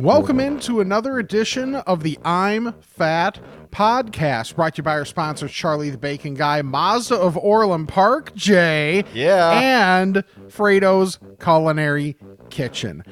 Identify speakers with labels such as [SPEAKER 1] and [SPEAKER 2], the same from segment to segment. [SPEAKER 1] Welcome into another edition of the I'm Fat podcast, brought to you by our sponsors, Charlie the Bacon Guy, Mazda of Orland Park, Jay,
[SPEAKER 2] Yeah.
[SPEAKER 1] and Fredo's Culinary Kitchen.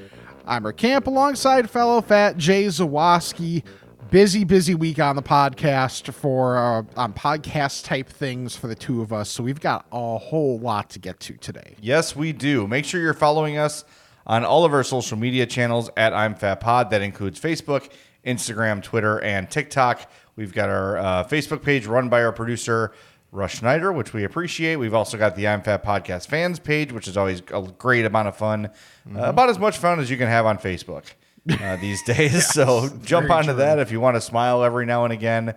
[SPEAKER 1] I'm Rick Camp alongside fellow fat Jay Zawoski. Busy, busy week on the podcast for uh, on podcast type things for the two of us. So we've got a whole lot to get to today.
[SPEAKER 2] Yes, we do. Make sure you're following us on all of our social media channels at I'm Fat Pod. That includes Facebook, Instagram, Twitter, and TikTok. We've got our uh, Facebook page run by our producer, Rush Schneider, which we appreciate. We've also got the I'm Fat Podcast fans page, which is always a great amount of fun. Uh, about as much fun as you can have on Facebook uh, these days. so jump onto that if you want to smile every now and again.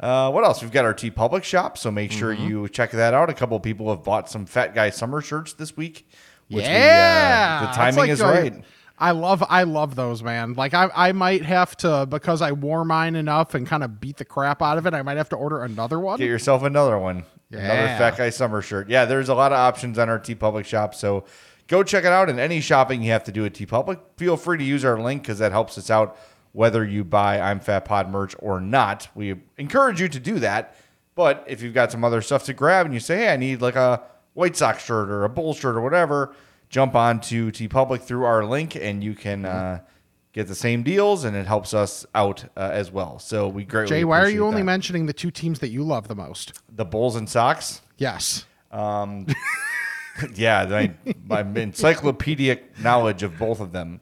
[SPEAKER 2] Uh, what else? We've got our T Public shop, so make sure
[SPEAKER 1] Mm-hmm.
[SPEAKER 2] you check that out. A couple people have bought some Fat Guy summer shirts this week. which we, uh,
[SPEAKER 1] yeah,
[SPEAKER 2] the
[SPEAKER 1] It's
[SPEAKER 2] timing
[SPEAKER 1] like
[SPEAKER 2] is
[SPEAKER 1] your-
[SPEAKER 2] right.
[SPEAKER 1] I love I love those man. Like I I might have to because I wore mine enough and kind of beat the crap out of it. I might have to order another one.
[SPEAKER 2] Get yourself another one. Another
[SPEAKER 1] Yeah.
[SPEAKER 2] Fat Guy summer shirt. Yeah, there's a lot of options on our T Public shop, so go check it out. And any shopping you have to do at T Public, feel free to use our link because that helps us out whether you buy I'm Fat Pod merch or not. We encourage you to do that. But if you've got some other stuff to grab and you say, hey, I need like a White Sox shirt or a Bull shirt or whatever, jump on to T Public through our link and you can
[SPEAKER 1] Mm-hmm.
[SPEAKER 2] uh, get the same deals and it helps us out uh, as well. So we greatly
[SPEAKER 1] Jay, why are
[SPEAKER 2] appreciate
[SPEAKER 1] you only
[SPEAKER 2] that.
[SPEAKER 1] mentioning the two teams that you love the most?
[SPEAKER 2] the Bulls and Sox?
[SPEAKER 1] Yes.
[SPEAKER 2] Yeah, my, my encyclopedic knowledge of both of them.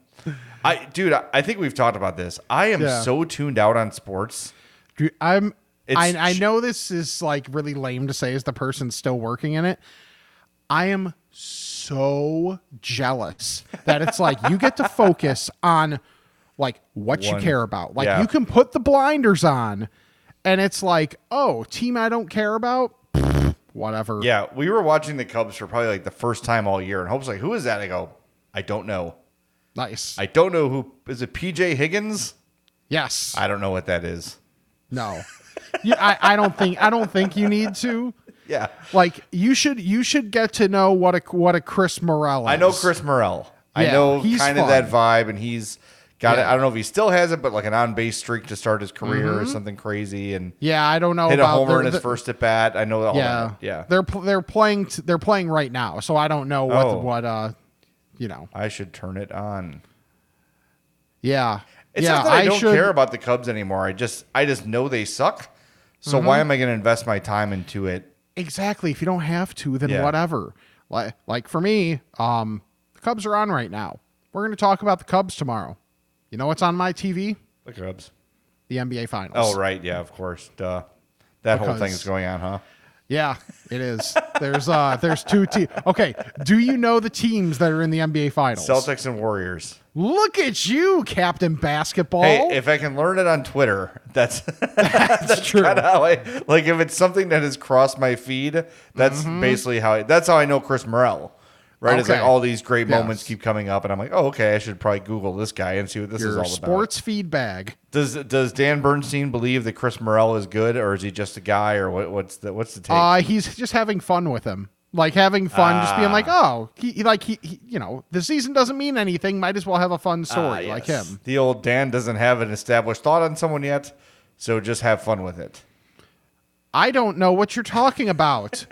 [SPEAKER 2] I, dude, I, I think we've talked about this. I am
[SPEAKER 1] Yeah.
[SPEAKER 2] so tuned out on sports.
[SPEAKER 1] Do- I'm I,
[SPEAKER 2] It's-
[SPEAKER 1] I know this is like really lame to say as the person still working in it. I am so jealous that it's like you get to focus on like what you
[SPEAKER 2] One.
[SPEAKER 1] care about. Like
[SPEAKER 2] Yeah.
[SPEAKER 1] you can put the blinders on and it's like, "Oh, team I don't care about." Pfft, Whatever.
[SPEAKER 2] Yeah, we were watching the Cubs for probably like the first time all year, and Hope's like, "Who is that?" I go, "I don't know.
[SPEAKER 1] Nice.
[SPEAKER 2] I don't know who is it. PJ Higgins?
[SPEAKER 1] yes.
[SPEAKER 2] I don't know what that is.
[SPEAKER 1] no. you, I, I don't think I don't think you need to.
[SPEAKER 2] Yeah,
[SPEAKER 1] Like you should you should get to know what a what a Chris Morel is.
[SPEAKER 2] I know Chris Morel. I
[SPEAKER 1] Yeah,
[SPEAKER 2] know
[SPEAKER 1] he's
[SPEAKER 2] kind of
[SPEAKER 1] fun.
[SPEAKER 2] that vibe, and he's got it.
[SPEAKER 1] Yeah.
[SPEAKER 2] I don't know if he still has it, but like an on base streak to start his career or something crazy, and
[SPEAKER 1] Yeah, I don't Mm-hmm. know
[SPEAKER 2] hit a
[SPEAKER 1] about
[SPEAKER 2] homer
[SPEAKER 1] their-
[SPEAKER 2] in his
[SPEAKER 1] the-
[SPEAKER 2] first at bat. I know all
[SPEAKER 1] Yeah,
[SPEAKER 2] that. Yeah,
[SPEAKER 1] They're pl- they're playing t- they're playing right now, so I don't know what
[SPEAKER 2] Oh.
[SPEAKER 1] what uh, you know.
[SPEAKER 2] I should turn it on.
[SPEAKER 1] Yeah,
[SPEAKER 2] It's
[SPEAKER 1] yeah.
[SPEAKER 2] not that I, don't
[SPEAKER 1] should,
[SPEAKER 2] care about the Cubs anymore. I just I just know they suck. So
[SPEAKER 1] Mm-hmm.
[SPEAKER 2] why am I going to invest my time into it?
[SPEAKER 1] exactly. If you don't have to, then
[SPEAKER 2] Yeah.
[SPEAKER 1] whatever. Like like for me, um, the Cubs are on right now. We're gonna talk about the Cubs tomorrow. You know what's on my TV?
[SPEAKER 2] The Cubs.
[SPEAKER 1] The NBA Finals.
[SPEAKER 2] Oh right, yeah, of course. Duh. That whole thing
[SPEAKER 1] Because-
[SPEAKER 2] is going on, huh?
[SPEAKER 1] Yeah, it is. there's uh, there's two teams. Okay, do you know the teams that are in the NBA Finals?
[SPEAKER 2] Celtics and Warriors.
[SPEAKER 1] Look at you, Captain Basketball.
[SPEAKER 2] Hey, if I can learn it on Twitter, that's
[SPEAKER 1] that's true.
[SPEAKER 2] kinda how I like. If it's something that has crossed my feed, that's basically how. I, that's how I know Chris Morrell. Right, it's like
[SPEAKER 1] Mm-hmm. Okay.
[SPEAKER 2] all these great moments
[SPEAKER 1] Yes.
[SPEAKER 2] keep coming up, and I'm like, oh, okay, I should probably Google this guy and see what this is
[SPEAKER 1] Your
[SPEAKER 2] all about.
[SPEAKER 1] sports feed bag.
[SPEAKER 2] Does does Dan Bernstein believe that Chris Morrell is good, or is he just a guy, or what, what's the what's the take?
[SPEAKER 1] Uh, he's just having fun with him. Like having fun, just being like,
[SPEAKER 2] Ah.
[SPEAKER 1] oh, he, he- like he, he, you know, the season doesn't mean anything. Might as well have a fun
[SPEAKER 2] Ah,
[SPEAKER 1] story like
[SPEAKER 2] yes.
[SPEAKER 1] him.
[SPEAKER 2] The old Dan doesn't have an established thought on someone yet, so just have fun with it.
[SPEAKER 1] I don't know what you're talking about.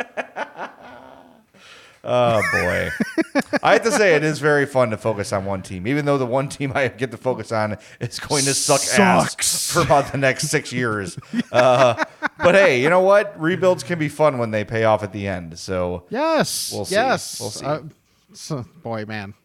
[SPEAKER 2] Oh boy, I have to say it is very fun to focus on one team, even though the one team I get to focus on is going to suck ass
[SPEAKER 1] Sucks.
[SPEAKER 2] for about the next six years. uh, but hey, you know what? Rebuilds can be fun when they pay off at the end. So
[SPEAKER 1] yes,
[SPEAKER 2] We'll see.
[SPEAKER 1] yes.
[SPEAKER 2] We'll see.
[SPEAKER 1] Uh, so- boy, man.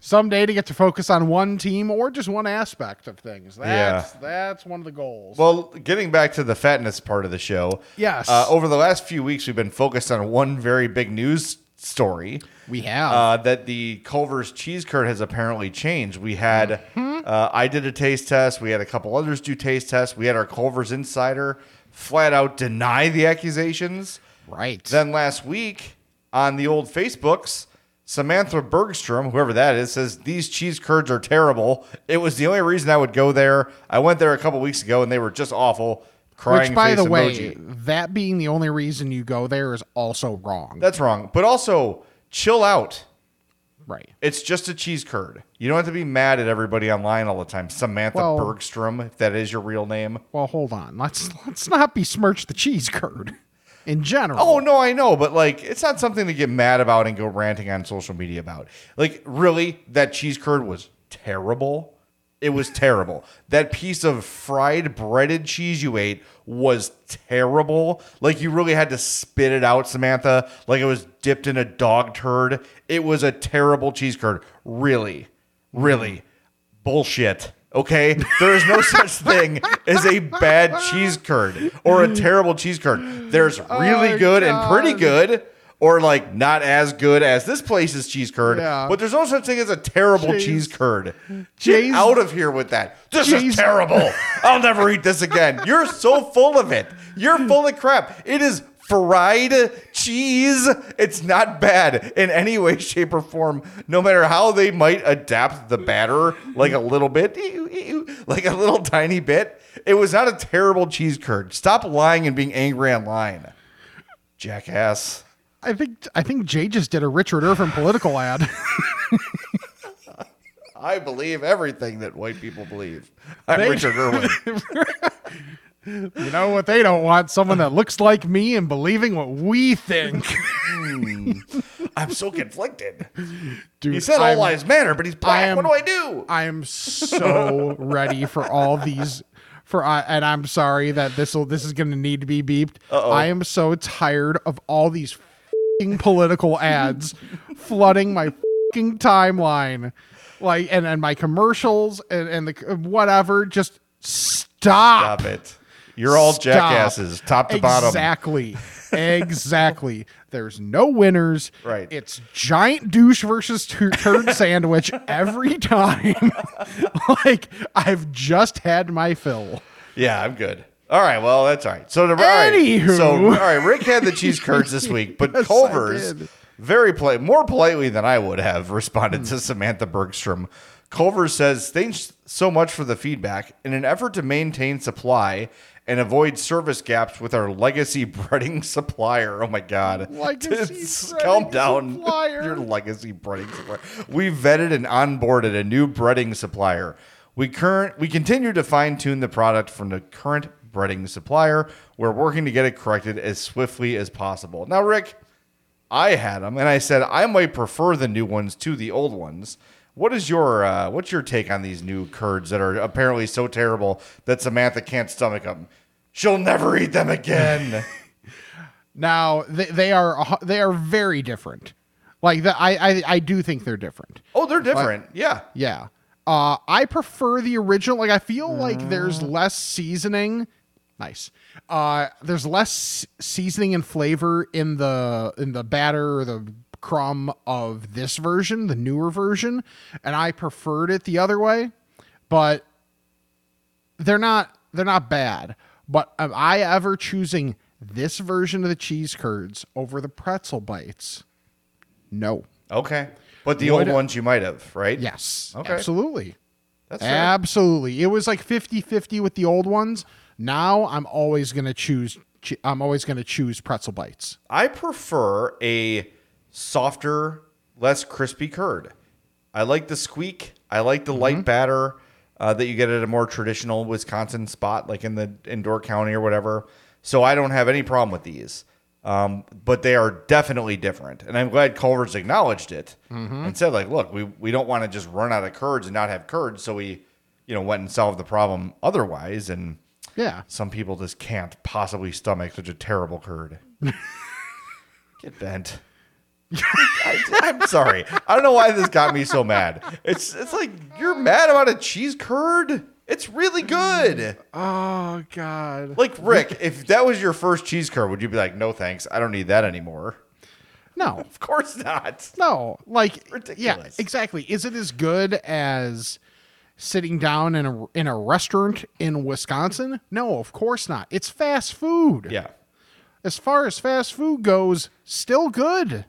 [SPEAKER 1] Someday to get to focus on one team or just one aspect of things. That's that's one of the goals.
[SPEAKER 2] Well, getting back to the fatness part of the show.
[SPEAKER 1] Yes.
[SPEAKER 2] Uh, over the last few weeks, we've been focused on one very big news story.
[SPEAKER 1] we have.
[SPEAKER 2] Uh, that the Culver's cheese curd has apparently changed. We had, uh, I did a taste test. We had a couple others do taste tests. We had our Culver's insider flat out deny the accusations.
[SPEAKER 1] right.
[SPEAKER 2] Then last week, on the old Facebooks. Samantha Bergstrom, whoever that is, says these cheese curds are terrible. It was the only reason I would go there. I went there a couple weeks ago and they were just awful. Crying
[SPEAKER 1] Which, by
[SPEAKER 2] face
[SPEAKER 1] the way,
[SPEAKER 2] emoji.
[SPEAKER 1] that being the only reason you go there is also wrong.
[SPEAKER 2] that's wrong. But also, chill out.
[SPEAKER 1] right.
[SPEAKER 2] It's just a cheese curd. You don't have to be mad at everybody online all the time. Samantha
[SPEAKER 1] Well-
[SPEAKER 2] Bergstrom, if that is your real name.
[SPEAKER 1] Well, hold on. Let's let's not besmirch the cheese curd in general.
[SPEAKER 2] Oh no, I know, but like it's not something to get mad about and go ranting on social media about. Like really, that cheese curd was terrible. It was terrible. That piece of fried breaded cheese you ate was terrible. Like you really had to spit it out, Samantha. Like it was dipped in a dog turd. It was a terrible cheese curd. Really. Really. Bullshit. Okay? There is no such thing as a bad cheese curd or a terrible cheese curd. There's really
[SPEAKER 1] Oh,
[SPEAKER 2] good and pretty
[SPEAKER 1] God.
[SPEAKER 2] good or like not as good as this place's cheese curd.
[SPEAKER 1] Yeah.
[SPEAKER 2] But there's no such thing as a terrible
[SPEAKER 1] Jeez.
[SPEAKER 2] cheese curd.
[SPEAKER 1] Jeez.
[SPEAKER 2] Get out of here with that. This
[SPEAKER 1] Jeez.
[SPEAKER 2] is terrible. I'll never eat this again. You're so full of it. You're full of crap. It is fried cheese. It's not bad in any way, shape, or form. No matter how they might adapt the batter, like a little bit, ew, ew, like a little tiny bit. It was not a terrible cheese curd. Stop lying and being angry online, jackass.
[SPEAKER 1] I think I think Jay just did a Richard Irvin political ad.
[SPEAKER 2] I believe everything that white people believe. I'm Richard Irwin.
[SPEAKER 1] you know what they don't want? Someone that looks like me and believing what we think.
[SPEAKER 2] I'm so conflicted.
[SPEAKER 1] Dude,
[SPEAKER 2] He said all
[SPEAKER 1] I'm-
[SPEAKER 2] lives matter, but he's black.
[SPEAKER 1] am-
[SPEAKER 2] what do I do?
[SPEAKER 1] I am so ready for all these. For I and I'm sorry that this will this is going to need to be beeped. I am so tired of all these fing political ads flooding my fing timeline, like and and my commercials and and the whatever. Just stop.
[SPEAKER 2] Stop it. You're all
[SPEAKER 1] Stop.
[SPEAKER 2] jackasses, top to bottom.
[SPEAKER 1] Exactly. Exactly. There's no winners.
[SPEAKER 2] Right.
[SPEAKER 1] It's giant douche versus tur- turd sandwich every time. like I've just had my fill.
[SPEAKER 2] Yeah, I'm good. All right, well, that's all right. So, the, all right.
[SPEAKER 1] Anywho.
[SPEAKER 2] So, all right, Rick had the cheese curds this week, but
[SPEAKER 1] Yes, I
[SPEAKER 2] Culver's
[SPEAKER 1] did.
[SPEAKER 2] very polite, more politely than I would have responded to Samantha Bergstrom. Culver says, "Thanks so much for the feedback. In an effort to maintain supply and avoid service gaps with our legacy breading supplier, oh my god,
[SPEAKER 1] Legacy
[SPEAKER 2] It's-
[SPEAKER 1] breading
[SPEAKER 2] calm down,
[SPEAKER 1] supplier.
[SPEAKER 2] your legacy breading supplier. We vetted and onboarded a new breading supplier. We current we continue to fine tune the product from the current breading supplier. We're working to get it corrected as swiftly as possible. Now, Rick, I had them, and I said I might prefer the new ones to the old ones. What is your uh, what's your take on these new curds that are apparently so terrible that Samantha can't stomach them? She'll never eat them again.
[SPEAKER 1] Now they, they are a hu- they are very different. Like the, I, I I do think they're different.
[SPEAKER 2] oh, they're different. yeah,
[SPEAKER 1] Yeah. Uh, I prefer the original. Like I feel like there's less seasoning. Nice. Uh, there's less seasoning and flavor in the in the batter or the crumb of this version, the newer version, and I preferred it the other way. But they're not they're not bad. But am I ever choosing this version of the cheese curds over the pretzel bites? No.
[SPEAKER 2] Okay. But the
[SPEAKER 1] Would-
[SPEAKER 2] old ones you might have, right?
[SPEAKER 1] Yes.
[SPEAKER 2] Okay.
[SPEAKER 1] Absolutely.
[SPEAKER 2] That's fair.
[SPEAKER 1] Absolutely. It was like 50-50 with the old ones. Now I'm always going to choose che- I'm always going to choose pretzel bites.
[SPEAKER 2] I prefer a softer, less crispy curd. I like the squeak. I like the light batter uh, that you get at a more traditional Wisconsin spot, like in the in Door County or whatever. So I don't have any problem with these. Um, but they are definitely different, and I'm glad Culver's acknowledged it and said, like, look, we we don't want to just run out of curds and not have curds, so we, you know, went and solved the problem otherwise, and
[SPEAKER 1] Yeah.
[SPEAKER 2] some people just can't possibly stomach such a terrible curd. Get bent. I, am sorry. I don't know why this got me so mad. It's it's like you're mad about a cheese curd. It's really good.
[SPEAKER 1] Oh god.
[SPEAKER 2] Like Rick, if that was your first cheese curd, would you be like, "No thanks, I don't need that anymore"?
[SPEAKER 1] No.
[SPEAKER 2] Of course not.
[SPEAKER 1] No. Like yeah,
[SPEAKER 2] Ridiculous.
[SPEAKER 1] exactly. Is it as good as sitting down in a in a restaurant in Wisconsin? No, of course not. It's fast food.
[SPEAKER 2] Yeah.
[SPEAKER 1] as far as fast food goes, still good.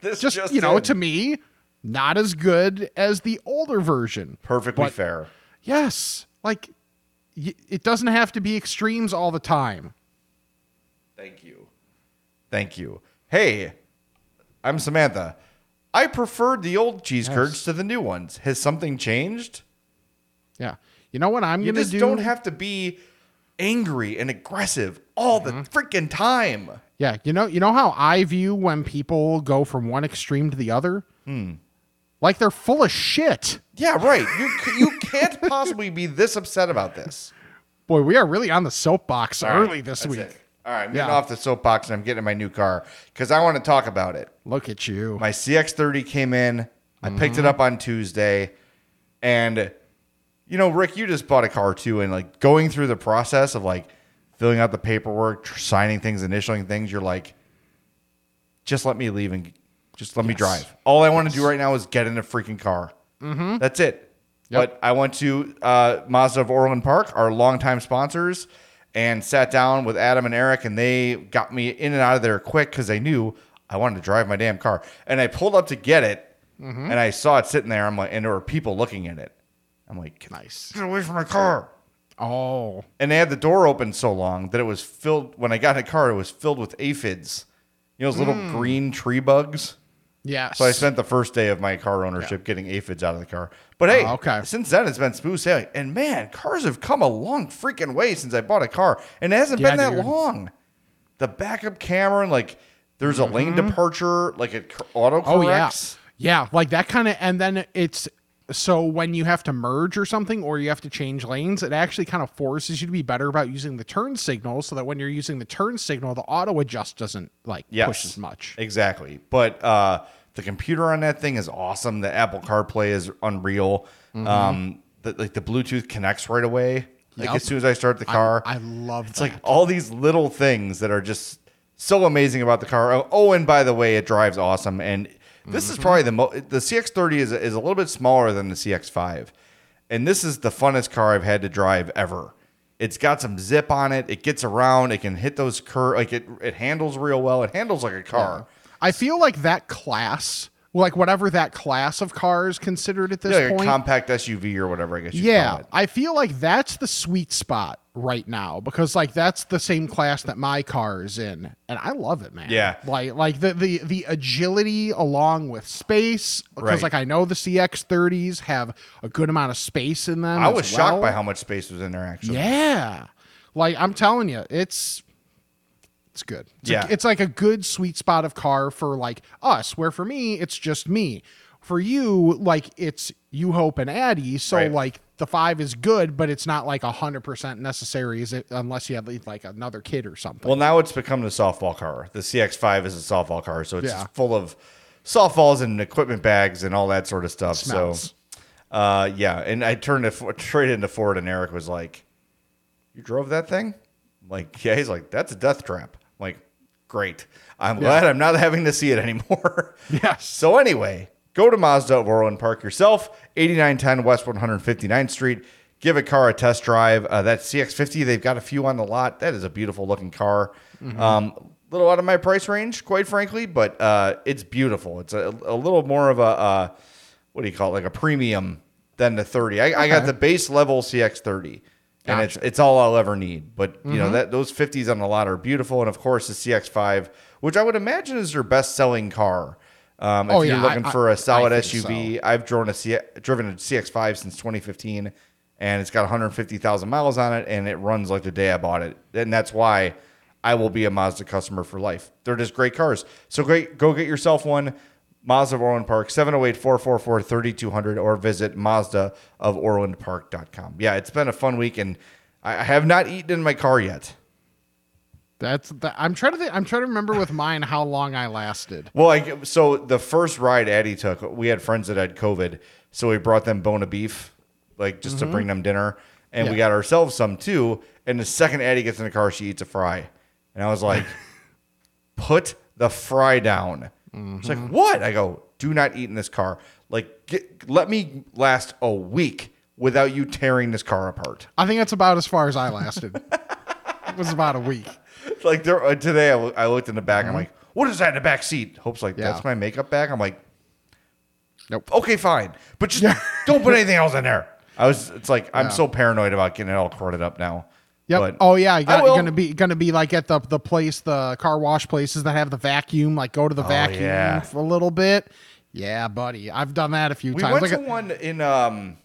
[SPEAKER 2] This
[SPEAKER 1] Just, you know,
[SPEAKER 2] in.
[SPEAKER 1] to me, not as good as the older version.
[SPEAKER 2] perfectly
[SPEAKER 1] but-
[SPEAKER 2] fair.
[SPEAKER 1] Yes, like y- it doesn't have to be extremes all the time.
[SPEAKER 2] Thank you. Thank you. Hey, I'm Samantha. I preferred the old cheese curds to the new ones. Has something changed?
[SPEAKER 1] Yeah. You know what I'm
[SPEAKER 2] You
[SPEAKER 1] going to
[SPEAKER 2] just
[SPEAKER 1] do?
[SPEAKER 2] don't have to be angry and aggressive all the
[SPEAKER 1] Mm-hmm.
[SPEAKER 2] freaking time.
[SPEAKER 1] Yeah, you know, you know how I view when people go from one extreme to the other?
[SPEAKER 2] Hmm.
[SPEAKER 1] Like they're full of shit.
[SPEAKER 2] Yeah, right. You c- you can't possibly be this upset about this.
[SPEAKER 1] Boy, we are really on the soapbox early this
[SPEAKER 2] That's
[SPEAKER 1] week.
[SPEAKER 2] it. All right, I'm getting
[SPEAKER 1] Yeah.
[SPEAKER 2] off the soapbox and I'm getting in my new car because I want to talk about it.
[SPEAKER 1] Look at you.
[SPEAKER 2] My CX30 came in. I picked it up on Tuesday, and you know, Rick, you just bought a car too, and like going through the process of like filling out the paperwork, tr- signing things, initialing things, you're like, just let me leave and just let me drive. All I want to do right now is get in a freaking car. Mm-hmm. That's it. But I went to uh, Mazda of Orland Park, our longtime sponsors, and sat down with Adam and Eric, and they got me in and out of there quick because they knew I wanted to drive my damn car. And I pulled up to get it, and I saw it sitting there. I'm like, and there were people looking at it. I'm like, "Get
[SPEAKER 1] Nice.
[SPEAKER 2] get away from my car.
[SPEAKER 1] Oh,
[SPEAKER 2] And they had the door open so long that it was filled. When I got in the car, it was filled with aphids. You know those little green tree bugs.
[SPEAKER 1] yes.
[SPEAKER 2] So I spent the first day of my car ownership getting aphids out of the car. But hey,
[SPEAKER 1] Oh, okay.
[SPEAKER 2] since then it's been smooth sailing. And man, cars have come a long freaking way since I bought a car, and it hasn't
[SPEAKER 1] Yeah,
[SPEAKER 2] been that
[SPEAKER 1] dude.
[SPEAKER 2] long. The backup camera and like there's a lane departure, like it cor- autocorrects.
[SPEAKER 1] Mm-hmm. oh, yeah. Yeah, like that kind of, and then it's so when you have to merge or something or you have to change lanes, it actually kind of forces you to be better about using the turn signal so that when you're using the turn signal, the auto adjust doesn't like
[SPEAKER 2] Yes.
[SPEAKER 1] push as much.
[SPEAKER 2] Exactly. But uh, the computer on that thing is awesome. The Apple CarPlay is unreal.
[SPEAKER 1] Mm-hmm.
[SPEAKER 2] Um, the, like the Bluetooth connects right away. Like
[SPEAKER 1] Yep.
[SPEAKER 2] as soon as I start the car,
[SPEAKER 1] I love
[SPEAKER 2] it's
[SPEAKER 1] that.
[SPEAKER 2] like all these little things that are just so amazing about the car. Oh, oh, and by the way, it drives awesome. And this
[SPEAKER 1] Mm-hmm.
[SPEAKER 2] is probably the mo- the CX30 is is a little bit smaller than the CX5, and this is the funnest car I've had to drive ever. It's got some zip on it. It gets around. It can hit those curves. Like it, it handles real well. It handles like a car.
[SPEAKER 1] I feel like that class, like whatever that class of car is considered at this
[SPEAKER 2] Yeah, like
[SPEAKER 1] point.
[SPEAKER 2] a compact SUV or whatever. I guess. You
[SPEAKER 1] yeah,
[SPEAKER 2] Call it.
[SPEAKER 1] I feel like that's the sweet spot right now because like that's the same class that my car is in, and I love it, man.
[SPEAKER 2] Yeah.
[SPEAKER 1] like like the the the agility along with space because
[SPEAKER 2] Right.
[SPEAKER 1] like I know the CX30s have a good amount of space in them.
[SPEAKER 2] I
[SPEAKER 1] as
[SPEAKER 2] was shocked
[SPEAKER 1] well.
[SPEAKER 2] by how much space was in there. Actually.
[SPEAKER 1] Yeah, like I'm telling you, it's it's good. It's
[SPEAKER 2] Yeah.
[SPEAKER 1] a, it's like a good sweet spot of car for like us. Where for me, it's just me. For you, like it's you hope and Addy. So
[SPEAKER 2] Right.
[SPEAKER 1] like the five is good, but it's not like a hundred percent necessary. Is it unless you have like another kid or something?
[SPEAKER 2] Well, now it's become the softball car. The CX5 is a softball car, so it's
[SPEAKER 1] Yeah.
[SPEAKER 2] full of softballs and equipment bags and all that sort of stuff.
[SPEAKER 1] Smells.
[SPEAKER 2] So, uh, yeah. And I turned to Fo- traded into Ford, and Eric was like, "You drove that thing?" I'm like, yeah. He's like, "That's a death trap." I'm like, great. I'm glad I'm not having to see it anymore.
[SPEAKER 1] Yes.
[SPEAKER 2] So anyway, go to Mazda of Orland Park yourself, 8910 West 159th Street. Give a car a test drive. Uh, that CX50, they've got a few on the lot. That is a beautiful looking car. Um, little out of my price range, quite frankly, but uh, it's beautiful. It's a, a little more of a uh, what do you call it, like a premium than the 30. I, I got the base level CX30, and it's it's all I'll ever need. But you
[SPEAKER 1] Mm-hmm.
[SPEAKER 2] know that those 50s on the lot are beautiful, and of course the CX5, which I would imagine is their best selling car. Um, if
[SPEAKER 1] Oh,
[SPEAKER 2] you're
[SPEAKER 1] yeah,
[SPEAKER 2] looking
[SPEAKER 1] I-
[SPEAKER 2] for
[SPEAKER 1] I- I
[SPEAKER 2] a solid
[SPEAKER 1] think
[SPEAKER 2] SUV, I've driven a C- driven a CX5 since 2015, and it's got 150,000 miles on it, and it runs like the day I bought it, and that's why I will be a Mazda customer for life. They're just great cars. So great, go get yourself one. Mazda of Orland Park, 708-444-3200, or visit mazdaoforlandpark.com. Yeah, it's been a fun week, and I I have not eaten in my car yet.
[SPEAKER 1] That's that. I'm trying to think, I'm trying to remember with mine how long I lasted.
[SPEAKER 2] Well, I, so the first ride Addie took, we had friends that had COVID, so we brought them bone of beef, like just to bring them dinner, and we
[SPEAKER 1] Yeah.
[SPEAKER 2] got ourselves some too. And the second Addie gets in the car, she eats a fry, and I was like, "Put the fry down." She's like, "What?" I go, "Do not eat in this car. Like, get, let me last a week without you tearing this car apart."
[SPEAKER 1] I think that's about as far as I lasted. it was about a week.
[SPEAKER 2] like there uh, today, I loo- I looked in the back. I'm like, what is that in the back seat? Hope's like,
[SPEAKER 1] Mm-hmm. Yeah.
[SPEAKER 2] that's my makeup bag. I'm like,
[SPEAKER 1] Nope.
[SPEAKER 2] Okay, fine, but just don't put anything else in there. I was. It's like I'm so paranoid about getting it all corded up now.
[SPEAKER 1] Yep.
[SPEAKER 2] But
[SPEAKER 1] oh yeah, you got,
[SPEAKER 2] will.
[SPEAKER 1] gonna be gonna be like at the the place, the car wash places that have the vacuum. Like go to the vacuum
[SPEAKER 2] Oh, yeah.
[SPEAKER 1] for a little bit. Yeah, buddy, I've done that a few
[SPEAKER 2] We
[SPEAKER 1] times.
[SPEAKER 2] went
[SPEAKER 1] Like uh,
[SPEAKER 2] to
[SPEAKER 1] a-
[SPEAKER 2] one in um.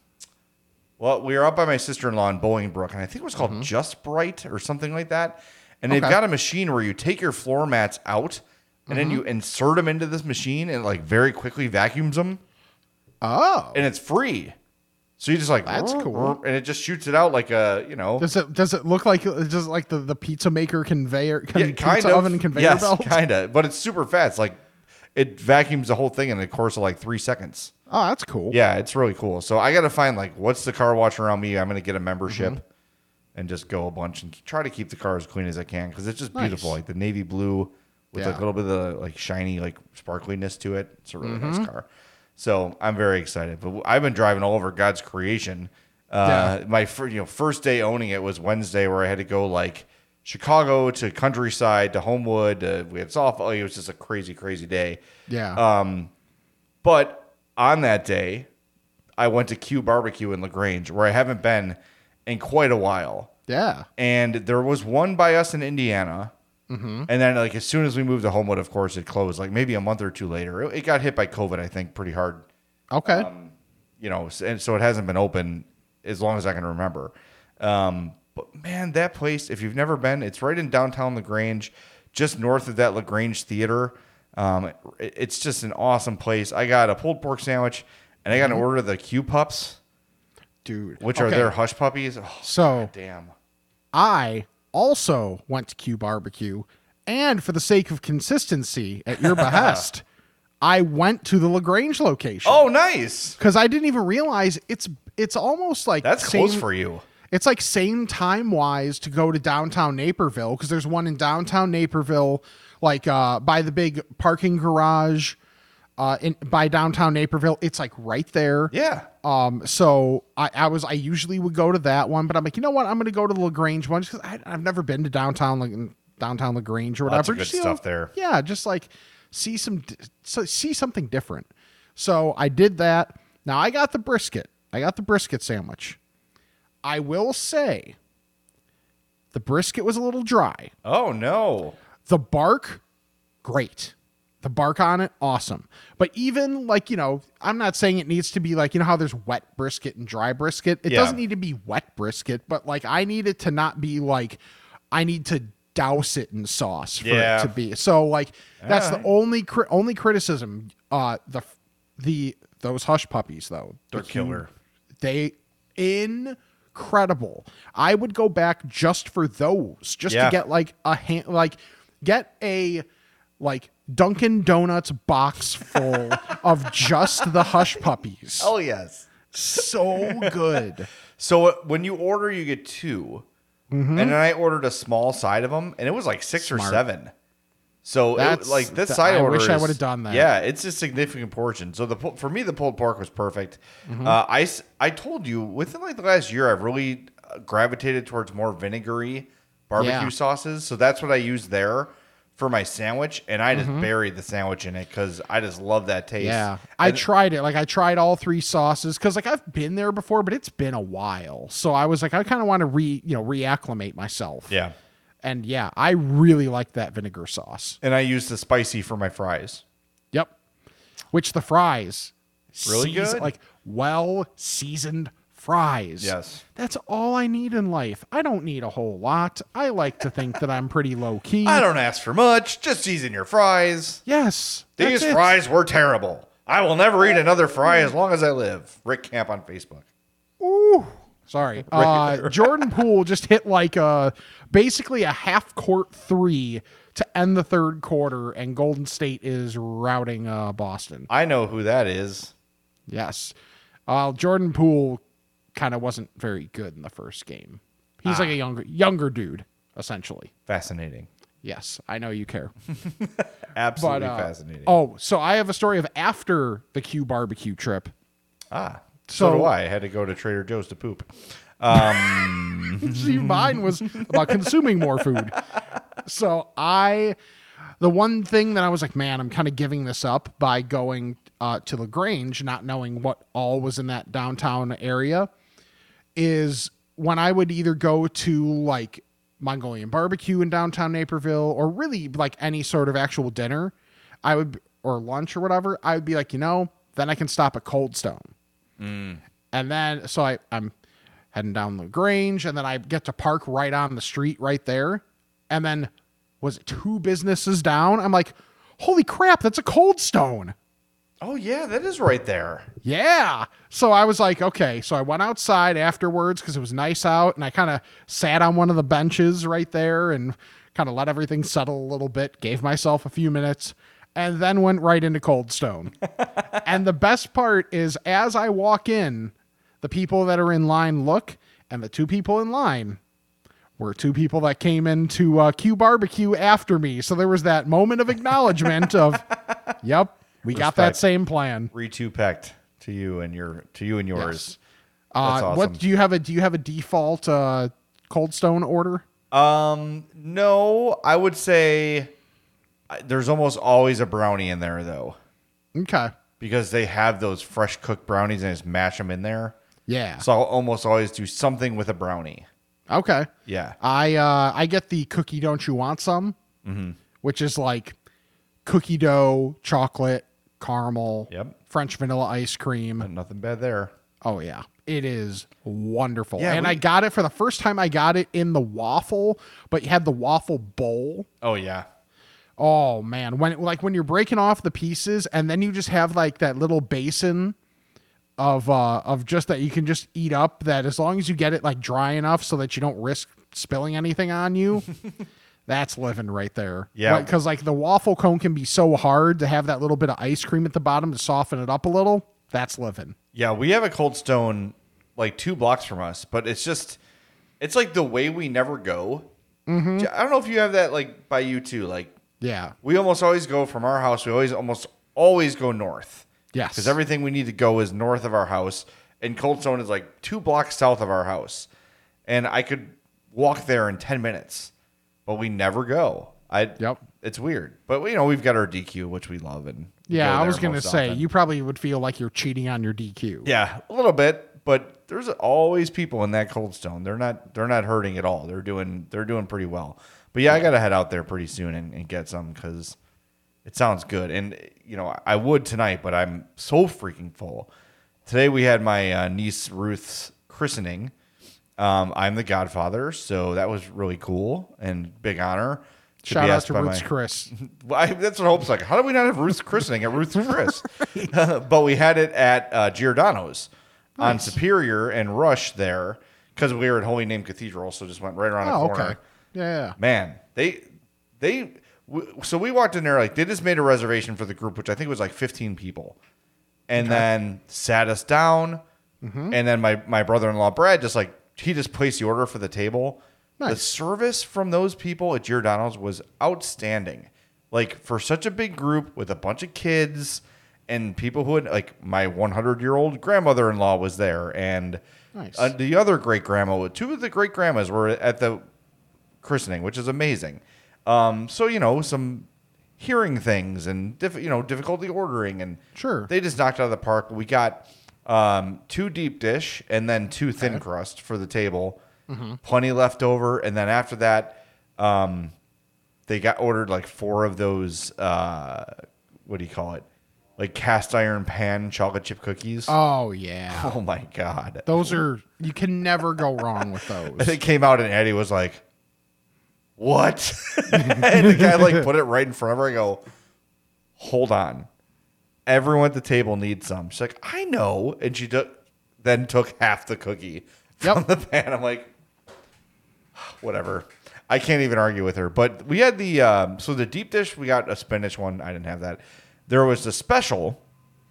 [SPEAKER 2] Well, we were up by my sister in law in Bolingbrook, and I think it was called Just Bright or something like that. And they've
[SPEAKER 1] Mm-hmm. Okay.
[SPEAKER 2] got a machine where you take your floor mats out, and
[SPEAKER 1] Mm-hmm.
[SPEAKER 2] then you insert them into this machine, and it, like very quickly vacuums them,
[SPEAKER 1] oh,
[SPEAKER 2] and it's free. So you just like
[SPEAKER 1] That's
[SPEAKER 2] "Rrr,
[SPEAKER 1] cool."
[SPEAKER 2] rrr," and it just shoots it out like a you know
[SPEAKER 1] does it does it look like does it like the the pizza maker conveyor con,
[SPEAKER 2] yeah, kind
[SPEAKER 1] pizza
[SPEAKER 2] of
[SPEAKER 1] oven conveyor
[SPEAKER 2] yes,
[SPEAKER 1] belt?
[SPEAKER 2] kind of, but it's super fast. Like it vacuums the whole thing in the course of like three seconds.
[SPEAKER 1] Oh, that's cool.
[SPEAKER 2] Yeah, it's really cool. So I got to find like what's the car wash around me. I'm gonna get a membership
[SPEAKER 1] Mm-hmm.
[SPEAKER 2] and just go a bunch and try to keep the car as clean as I can because it's just beautiful,
[SPEAKER 1] Nice.
[SPEAKER 2] like the navy blue with like
[SPEAKER 1] Yeah.
[SPEAKER 2] a little bit of the like shiny like sparkliness to it. It's a really
[SPEAKER 1] Mm-hmm.
[SPEAKER 2] nice car. So I'm very excited. But w- I've been driving all over God's creation. Uh, My fir- you know first day owning it was Wednesday where I had to go like. Chicago to countryside to Homewood, uh, we had softball. It was just a crazy, crazy day.
[SPEAKER 1] Yeah.
[SPEAKER 2] uh, But on that day, I went to Q Barbecue in Lagrange, where I haven't been in quite a while.
[SPEAKER 1] yeah.
[SPEAKER 2] And there was one by us in Indiana. And then, like as soon as we moved to Homewood, of course, it closed. Like maybe a month or two later, it, it got hit by COVID, I think, pretty hard.
[SPEAKER 1] Okay.
[SPEAKER 2] um, You know, s- and so it hasn't been open as long as I can remember. Um, but man, that place—if you've never been, it's right in downtown Lagrange, just north of that Lagrange Theater. Um, it- it's just an awesome place. I got a pulled pork sandwich, and I got an order of the Q pups,
[SPEAKER 1] Dude.
[SPEAKER 2] which are
[SPEAKER 1] Mm-hmm. Okay.
[SPEAKER 2] their hush puppies. Oh,
[SPEAKER 1] So
[SPEAKER 2] damn.
[SPEAKER 1] I also went to Q Barbecue, and for the sake of consistency, at your behest, I went to the Lagrange location
[SPEAKER 2] Oh, nice.
[SPEAKER 1] because I didn't even realize it's it's almost like
[SPEAKER 2] That's
[SPEAKER 1] same,
[SPEAKER 2] close for you.
[SPEAKER 1] It's like same time wise to go to downtown Naperville because there's one in downtown Naperville, like uh, by the big parking garage, uh, in by downtown Naperville. It's like right there.
[SPEAKER 2] Yeah.
[SPEAKER 1] Um, so I, I was I usually would go to that one, but I'm like, you know what? I'm gonna go to the Lagrange one just because I've never been to downtown like downtown Lagrange or whatever.
[SPEAKER 2] Lots of good
[SPEAKER 1] Just, you know,
[SPEAKER 2] stuff there.
[SPEAKER 1] Yeah, just like see some di- so see something different. So I did that. Now I got the brisket. I got the brisket sandwich. I will say, the brisket was a little dry.
[SPEAKER 2] Oh no.
[SPEAKER 1] The bark, great. The bark on it, awesome. But even like, you know, I'm not saying it needs to be like, you know, how there's wet brisket and dry brisket. It
[SPEAKER 2] Yeah.
[SPEAKER 1] doesn't need to be wet brisket, but like, I need it to not be like, I need to douse it in sauce for
[SPEAKER 2] Yeah.
[SPEAKER 1] it to be. So, like, that's
[SPEAKER 2] right.
[SPEAKER 1] the only, cri- only criticism. Uh, the, the, those hush puppies, though,
[SPEAKER 2] They're killer.
[SPEAKER 1] they incredible. I would go back just for those, just
[SPEAKER 2] Yeah.
[SPEAKER 1] to get like a hand, like get a like Dunkin' Donuts box full of just the hush puppies.
[SPEAKER 2] Oh yes.
[SPEAKER 1] So good.
[SPEAKER 2] So uh, when you order, you get 2 and then I ordered a small side of them, and it was like six or
[SPEAKER 1] Mm-hmm. Smart.
[SPEAKER 2] seven. So it-
[SPEAKER 1] That's-
[SPEAKER 2] like this
[SPEAKER 1] th-
[SPEAKER 2] side
[SPEAKER 1] I
[SPEAKER 2] order,
[SPEAKER 1] wish I
[SPEAKER 2] is-
[SPEAKER 1] would've done that.
[SPEAKER 2] Yeah, it's a significant portion. So the pu- for me, the pulled pork was perfect.
[SPEAKER 1] Mm-hmm.
[SPEAKER 2] Uh, I s- I told you within like the last year, I've really uh, gravitated towards more vinegary barbecue
[SPEAKER 1] Yeah.
[SPEAKER 2] sauces. So that's what I used there. For my sandwich, and I just buried the sandwich in it because I just love that taste.
[SPEAKER 1] Mm-hmm. Yeah. I tried it. Like I tried all three sauces cuz like I've been there before, but it's been a while. So I was like I kind of want to re, you know, reacclimate myself.
[SPEAKER 2] yeah,
[SPEAKER 1] And yeah, I really like that vinegar sauce.
[SPEAKER 2] and I used the spicy for my fries.
[SPEAKER 1] Yep. Which the fries.
[SPEAKER 2] Really
[SPEAKER 1] seas-
[SPEAKER 2] good?
[SPEAKER 1] Like well seasoned fries.
[SPEAKER 2] Yes.
[SPEAKER 1] That's all I need in life. I don't need a whole lot. I like to think that I'm pretty low key.
[SPEAKER 2] I don't ask for much. Just season your fries.
[SPEAKER 1] Yes.
[SPEAKER 2] These
[SPEAKER 1] that's it.
[SPEAKER 2] fries were terrible. I will never eat another fry as long as I live. Rick Camp on Facebook.
[SPEAKER 1] Sorry. Uh, Jordan Poole just hit like a basically a half court three to end the third quarter, and Golden State is routing uh, Boston.
[SPEAKER 2] I know who that is.
[SPEAKER 1] Yes. Uh, Jordan Poole kind of wasn't very good in the first game. He's
[SPEAKER 2] Ah.
[SPEAKER 1] like a younger younger dude, essentially.
[SPEAKER 2] Fascinating.
[SPEAKER 1] Yes, I know you care.
[SPEAKER 2] Absolutely
[SPEAKER 1] But uh,
[SPEAKER 2] fascinating.
[SPEAKER 1] oh, so I have a story of after the Q barbecue trip.
[SPEAKER 2] ah, so,
[SPEAKER 1] so-
[SPEAKER 2] do I. I had to go to Trader Joe's to poop.
[SPEAKER 1] See, mine was about consuming more food. so I, the one thing that I was like, man, I'm kind of giving this up by going uh, to Lagrange, not knowing what all was in that downtown area, is when I would either go to like Mongolian barbecue in downtown Naperville or really like any sort of actual dinner, I would or lunch or whatever, I would be like, you know, then I can stop at Cold Stone. And then so I, I'm heading down Lagrange and then I get to park right on the street right there. And then was it two businesses down? I'm like, holy crap, that's a cold stone.
[SPEAKER 2] Oh yeah, that is right there.
[SPEAKER 1] Yeah. So I was like, okay. So I went outside afterwards because it was nice out and I kind of sat on one of the benches right there and kind of let everything settle a little bit, gave myself a few minutes, and then went right into Cold Stone. and the best part is as I walk in, the people that are in line look, and the two people in line were two people that came into uh, Q Barbecue after me. So there was that moment of acknowledgement of, yep, we got that
[SPEAKER 2] Respect.
[SPEAKER 1] same plan.
[SPEAKER 2] Retupect to you and your to you and yours.
[SPEAKER 1] Uh,
[SPEAKER 2] That's awesome.
[SPEAKER 1] What do you have a do you have a default uh, cold stone order?
[SPEAKER 2] Um, no, I would say I- there's almost always a brownie in there though,
[SPEAKER 1] Okay,
[SPEAKER 2] because they have those fresh cooked brownies and just mash them in there.
[SPEAKER 1] yeah,
[SPEAKER 2] So I'll almost always do something with a brownie.
[SPEAKER 1] okay.
[SPEAKER 2] Yeah.
[SPEAKER 1] I uh, I get the cookie. Don't you want some?
[SPEAKER 2] Mm-hmm.
[SPEAKER 1] Which is like cookie dough, chocolate, caramel,
[SPEAKER 2] Yep.
[SPEAKER 1] French vanilla ice cream.
[SPEAKER 2] Nothing bad there.
[SPEAKER 1] Oh yeah, it is wonderful.
[SPEAKER 2] Yeah,
[SPEAKER 1] and
[SPEAKER 2] we-
[SPEAKER 1] I got it for the first time. I got it in the waffle, but you had the waffle bowl.
[SPEAKER 2] Oh yeah.
[SPEAKER 1] Oh man, when like when you're breaking off the pieces and then you just have like that little basin of uh of just that you can just eat up that as long as you get it like dry enough so that you don't risk spilling anything on you. that's living right there.
[SPEAKER 2] Yeah.
[SPEAKER 1] Because like the waffle cone can be so hard to have that little bit of ice cream at the bottom to soften it up a little. That's living.
[SPEAKER 2] Yeah, we have a Cold Stone like two blocks from us, but it's just it's like the way we never go. I don't know if you have that like by you too. Like
[SPEAKER 1] Yeah.
[SPEAKER 2] we almost always go from our house. We always almost always go north.
[SPEAKER 1] Yes.
[SPEAKER 2] because everything we need to go is north of our house, and Cold Stone is like two blocks south of our house, and I could walk there in ten minutes, but we never go. I
[SPEAKER 1] Yep.
[SPEAKER 2] It's weird, but you know we've got our DQ, which we love, and we
[SPEAKER 1] yeah,
[SPEAKER 2] go
[SPEAKER 1] I was
[SPEAKER 2] there
[SPEAKER 1] gonna
[SPEAKER 2] most
[SPEAKER 1] say
[SPEAKER 2] often.
[SPEAKER 1] you probably would feel like you're cheating on your DQ.
[SPEAKER 2] Yeah, a little bit, but there's always people in that cold stone. They're not they're not hurting at all. They're doing they're doing pretty well. But yeah, I gotta head out there pretty soon and, and get some because it sounds good. And you know I would tonight, but I'm so freaking full. Today we had my uh, niece Ruth's christening. Um, I'm the godfather, so that was really cool and big honor. to
[SPEAKER 1] Shout
[SPEAKER 2] be
[SPEAKER 1] out
[SPEAKER 2] asked
[SPEAKER 1] to
[SPEAKER 2] by
[SPEAKER 1] Roots
[SPEAKER 2] my-
[SPEAKER 1] Chris.
[SPEAKER 2] well, I, that's what Hope's like. How do we not have Ruth's christening at Ruth's Chris? Uh, but we had it at uh, Giordano's on Superior and Rush there because we were at Holy Name Cathedral, so just went right around
[SPEAKER 1] Oh,
[SPEAKER 2] the corner.
[SPEAKER 1] okay. Yeah.
[SPEAKER 2] Man, they they w- so we walked in there like they just made a reservation for the group, which I think was like fifteen people, and then sat us down,
[SPEAKER 1] Mm-hmm.
[SPEAKER 2] and then my my brother in law Brad just like he just placed the order for the table. The
[SPEAKER 1] Nice.
[SPEAKER 2] service from those people at Giordano's was outstanding. Like for such a big group with a bunch of kids and people who had like my 100 year old grandmother in law was there and
[SPEAKER 1] Nice.
[SPEAKER 2] uh, the other great grandma, two of the great grandmas were at the christening, which is amazing. Um, so you know some hearing things and diff- you know difficulty ordering and
[SPEAKER 1] Sure.
[SPEAKER 2] they just knocked it out of the park. We got um, two deep dish and then two thin crust for the table,
[SPEAKER 1] Mm-hmm.
[SPEAKER 2] plenty left over, and then after that, um, they got ordered like four of those. Uh, what do you call it? Like cast iron pan chocolate chip cookies.
[SPEAKER 1] Oh yeah.
[SPEAKER 2] oh my god!
[SPEAKER 1] Those are you can never go wrong with
[SPEAKER 2] And
[SPEAKER 1] those.
[SPEAKER 2] it came out, and Eddie was like, "What?" and the guy like put it right in front of her. I go, "Hold on, everyone at the table needs some." She's like, "I know," and she took then took half the cookie from
[SPEAKER 1] Yep.
[SPEAKER 2] the pan. I'm like, whatever. I can't even argue with her. But we had the um, so the deep dish. We got a spinach one. I didn't have that. There was the special,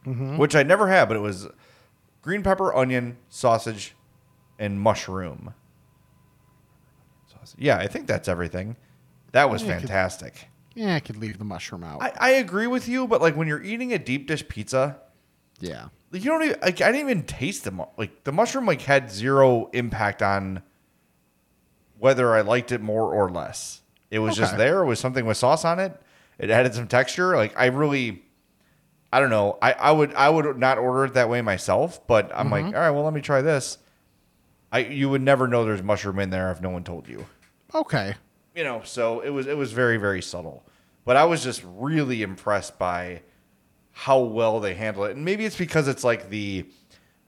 [SPEAKER 2] which I never had, but it was green pepper, onion, sausage, and mushroom. Sausage. Yeah, I think that's everything. That was fantastic.
[SPEAKER 1] Yeah, I could leave the mushroom out.
[SPEAKER 2] I, I agree with you, but like when you're eating a deep dish pizza,
[SPEAKER 1] yeah.
[SPEAKER 2] like, you don't even like I didn't even taste the mu- like the mushroom like had zero impact on whether I liked it more or less. It was just
[SPEAKER 1] Okay.
[SPEAKER 2] there. It was something with sauce on it. It added some texture. Like I really, I don't know. I, I would I would not order it that way myself. But I'm like, all right, well, let me try this. I you would never know there's mushroom in there if no one told you.
[SPEAKER 1] Okay.
[SPEAKER 2] You know, so it was it was very very subtle. But I was just really impressed by how well they handle it. And maybe it's because it's like the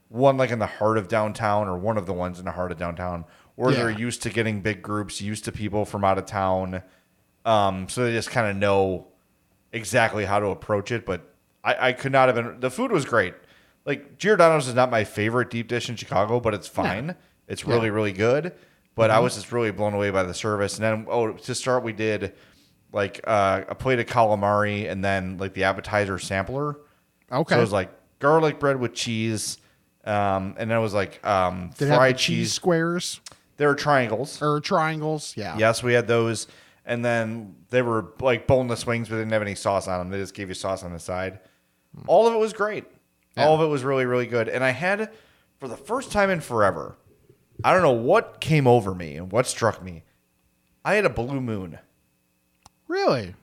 [SPEAKER 2] one like in the heart of downtown or one of the ones in the heart of downtown where
[SPEAKER 1] Yeah.
[SPEAKER 2] they're used to getting big groups, used to people from out of town. Um, so they just kind of know exactly how to approach it. But I, I could not have been. The food was great. Like Giordano's is not my favorite deep dish in Chicago, but it's fine. It's really really good. But I was just really blown away by the service. And then oh, to start we did like uh, a plate of calamari and then like the appetizer sampler.
[SPEAKER 1] Okay.
[SPEAKER 2] So it was like garlic bread with cheese. Um, and then it was like um,
[SPEAKER 1] Did it have
[SPEAKER 2] fried
[SPEAKER 1] the cheese
[SPEAKER 2] cheese.
[SPEAKER 1] squares
[SPEAKER 2] There were triangles.
[SPEAKER 1] or triangles? Yeah.
[SPEAKER 2] Yes, we had those. And then they were like boneless wings, but they didn't have any sauce on them. They just gave you sauce on the side.
[SPEAKER 1] Hmm.
[SPEAKER 2] All of it was great. All of it was really, really good. And I had, for the first time in forever, I don't know what came over me and what struck me. I had a blue moon.
[SPEAKER 1] Really?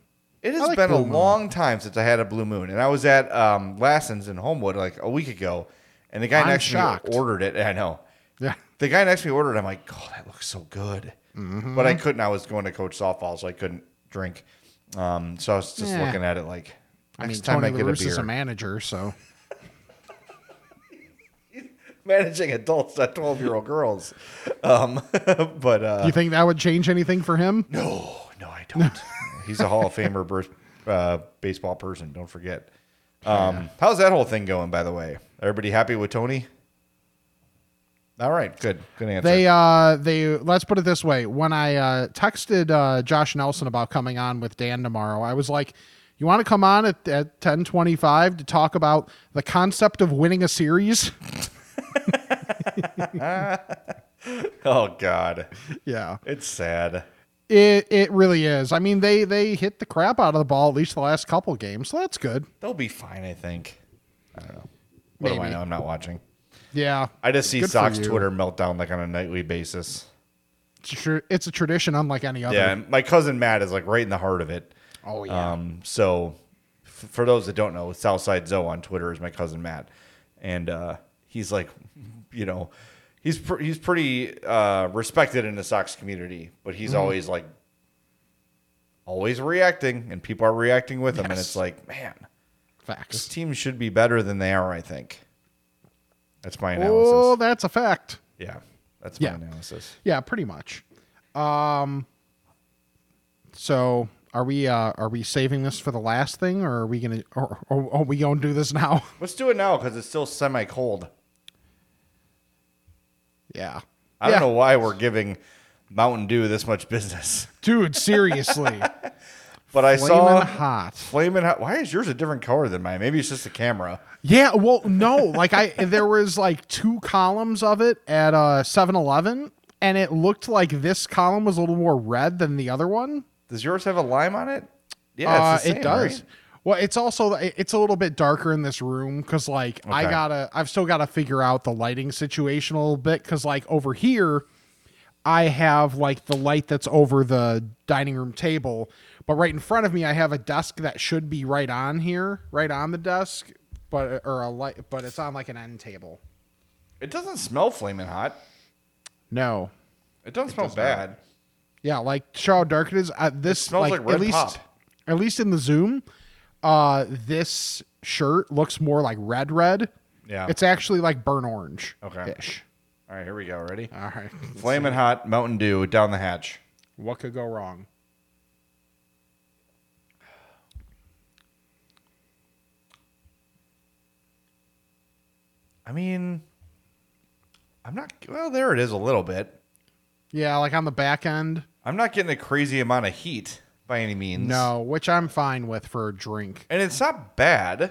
[SPEAKER 2] It
[SPEAKER 1] I
[SPEAKER 2] has
[SPEAKER 1] like
[SPEAKER 2] been a
[SPEAKER 1] Blue Moon.
[SPEAKER 2] long time since I had a blue moon, and I was at um, Lassen's in Homewood like a week ago, and the guy
[SPEAKER 1] I'm
[SPEAKER 2] next
[SPEAKER 1] shocked.
[SPEAKER 2] to me ordered it. I know
[SPEAKER 1] Yeah.
[SPEAKER 2] the guy next to me ordered. it. I'm like, oh, that looks so good,
[SPEAKER 1] Mm-hmm.
[SPEAKER 2] but I couldn't. I was going to coach softball, so I couldn't drink. Um, so I was just
[SPEAKER 1] Yeah.
[SPEAKER 2] looking at it like,
[SPEAKER 1] I mean,
[SPEAKER 2] next time
[SPEAKER 1] Tony
[SPEAKER 2] I get a
[SPEAKER 1] LaRusse
[SPEAKER 2] beer,
[SPEAKER 1] is a manager, so
[SPEAKER 2] managing adults, not twelve year old girls. Um, but uh,
[SPEAKER 1] do you think that would change anything for him?
[SPEAKER 2] No, no, I don't. He's a Hall of Famer bur- uh, baseball person. Don't forget. Um, How's that whole thing going, by the way? Everybody happy with Tony? All right, good, good answer.
[SPEAKER 1] They uh they let's put it this way. When I uh texted uh Josh Nelson about coming on with Dan tomorrow, I was like, You want to come on at, at ten twenty five to talk about the concept of winning a series?
[SPEAKER 2] oh God,
[SPEAKER 1] yeah.
[SPEAKER 2] it's sad.
[SPEAKER 1] It it really is. I mean they they hit the crap out of the ball at least the last couple games, so that's good.
[SPEAKER 2] They'll be fine, I think. I don't know. What
[SPEAKER 1] Maybe.
[SPEAKER 2] do I know? I'm not watching.
[SPEAKER 1] Yeah.
[SPEAKER 2] I just see
[SPEAKER 1] Good for
[SPEAKER 2] Sox
[SPEAKER 1] you.
[SPEAKER 2] Twitter meltdown like on a nightly basis.
[SPEAKER 1] It's a, tr- it's a tradition unlike any other.
[SPEAKER 2] Yeah, and my cousin Matt is like right in the heart of it.
[SPEAKER 1] Oh yeah.
[SPEAKER 2] Um, so, f- for those that don't know, Southside Zoe on Twitter is my cousin Matt, and uh, he's like, you know, he's pr- he's pretty uh, respected in the Sox community, but he's
[SPEAKER 1] Mm-hmm.
[SPEAKER 2] always like, always reacting, and people are reacting with him, and it's like, man, this
[SPEAKER 1] Facts.
[SPEAKER 2] team should be better than they are. I think that's my analysis.
[SPEAKER 1] Oh, that's a fact.
[SPEAKER 2] yeah, that's
[SPEAKER 1] Yeah.
[SPEAKER 2] my analysis.
[SPEAKER 1] Yeah, pretty much. Um so are we uh are we saving this for the last thing or are we going to or, or are we going to do this now?
[SPEAKER 2] Let's do it now because it's still semi cold.
[SPEAKER 1] yeah.
[SPEAKER 2] I
[SPEAKER 1] Yeah.
[SPEAKER 2] don't know why we're giving Mountain Dew this much business.
[SPEAKER 1] Dude, seriously.
[SPEAKER 2] But I saw
[SPEAKER 1] Flamin' hot.
[SPEAKER 2] Flaming hot. Why is yours a different color than mine? Maybe it's just the camera.
[SPEAKER 1] yeah, well, no, like I there was like two columns of it at uh 7-Eleven and it looked like this column was a little more red than the other one.
[SPEAKER 2] Does yours have a lime on it?
[SPEAKER 1] Uh,
[SPEAKER 2] Yeah, it's the
[SPEAKER 1] it
[SPEAKER 2] same,
[SPEAKER 1] does.
[SPEAKER 2] right?
[SPEAKER 1] Well, it's also it's a little bit darker in this room because like I
[SPEAKER 2] Okay.
[SPEAKER 1] gotta I've still gotta figure out the lighting situation a little bit because like over here I have like the light that's over the dining room table, but right in front of me I have a desk that should be right on here, right on the desk, but or a light, but it's on like an end table.
[SPEAKER 2] It doesn't smell flaming hot.
[SPEAKER 1] No,
[SPEAKER 2] It doesn't smell bad.
[SPEAKER 1] Yeah, like show how dark it is. Uh, this
[SPEAKER 2] smells like
[SPEAKER 1] at
[SPEAKER 2] Red
[SPEAKER 1] least,
[SPEAKER 2] Pop.
[SPEAKER 1] At least in the zoom, uh, this shirt looks more like red red.
[SPEAKER 2] Yeah.
[SPEAKER 1] it's actually like burnt orange.
[SPEAKER 2] Okay.
[SPEAKER 1] Ish.
[SPEAKER 2] All right, here we go. Ready?
[SPEAKER 1] All right.
[SPEAKER 2] Flaming hot Mountain Dew down the hatch.
[SPEAKER 1] what could go wrong?
[SPEAKER 2] I mean, I'm not. Well, there it is a little bit.
[SPEAKER 1] Yeah, like on the back end.
[SPEAKER 2] I'm not getting a crazy amount of heat by any means.
[SPEAKER 1] No, which I'm fine with for a drink.
[SPEAKER 2] And it's not bad.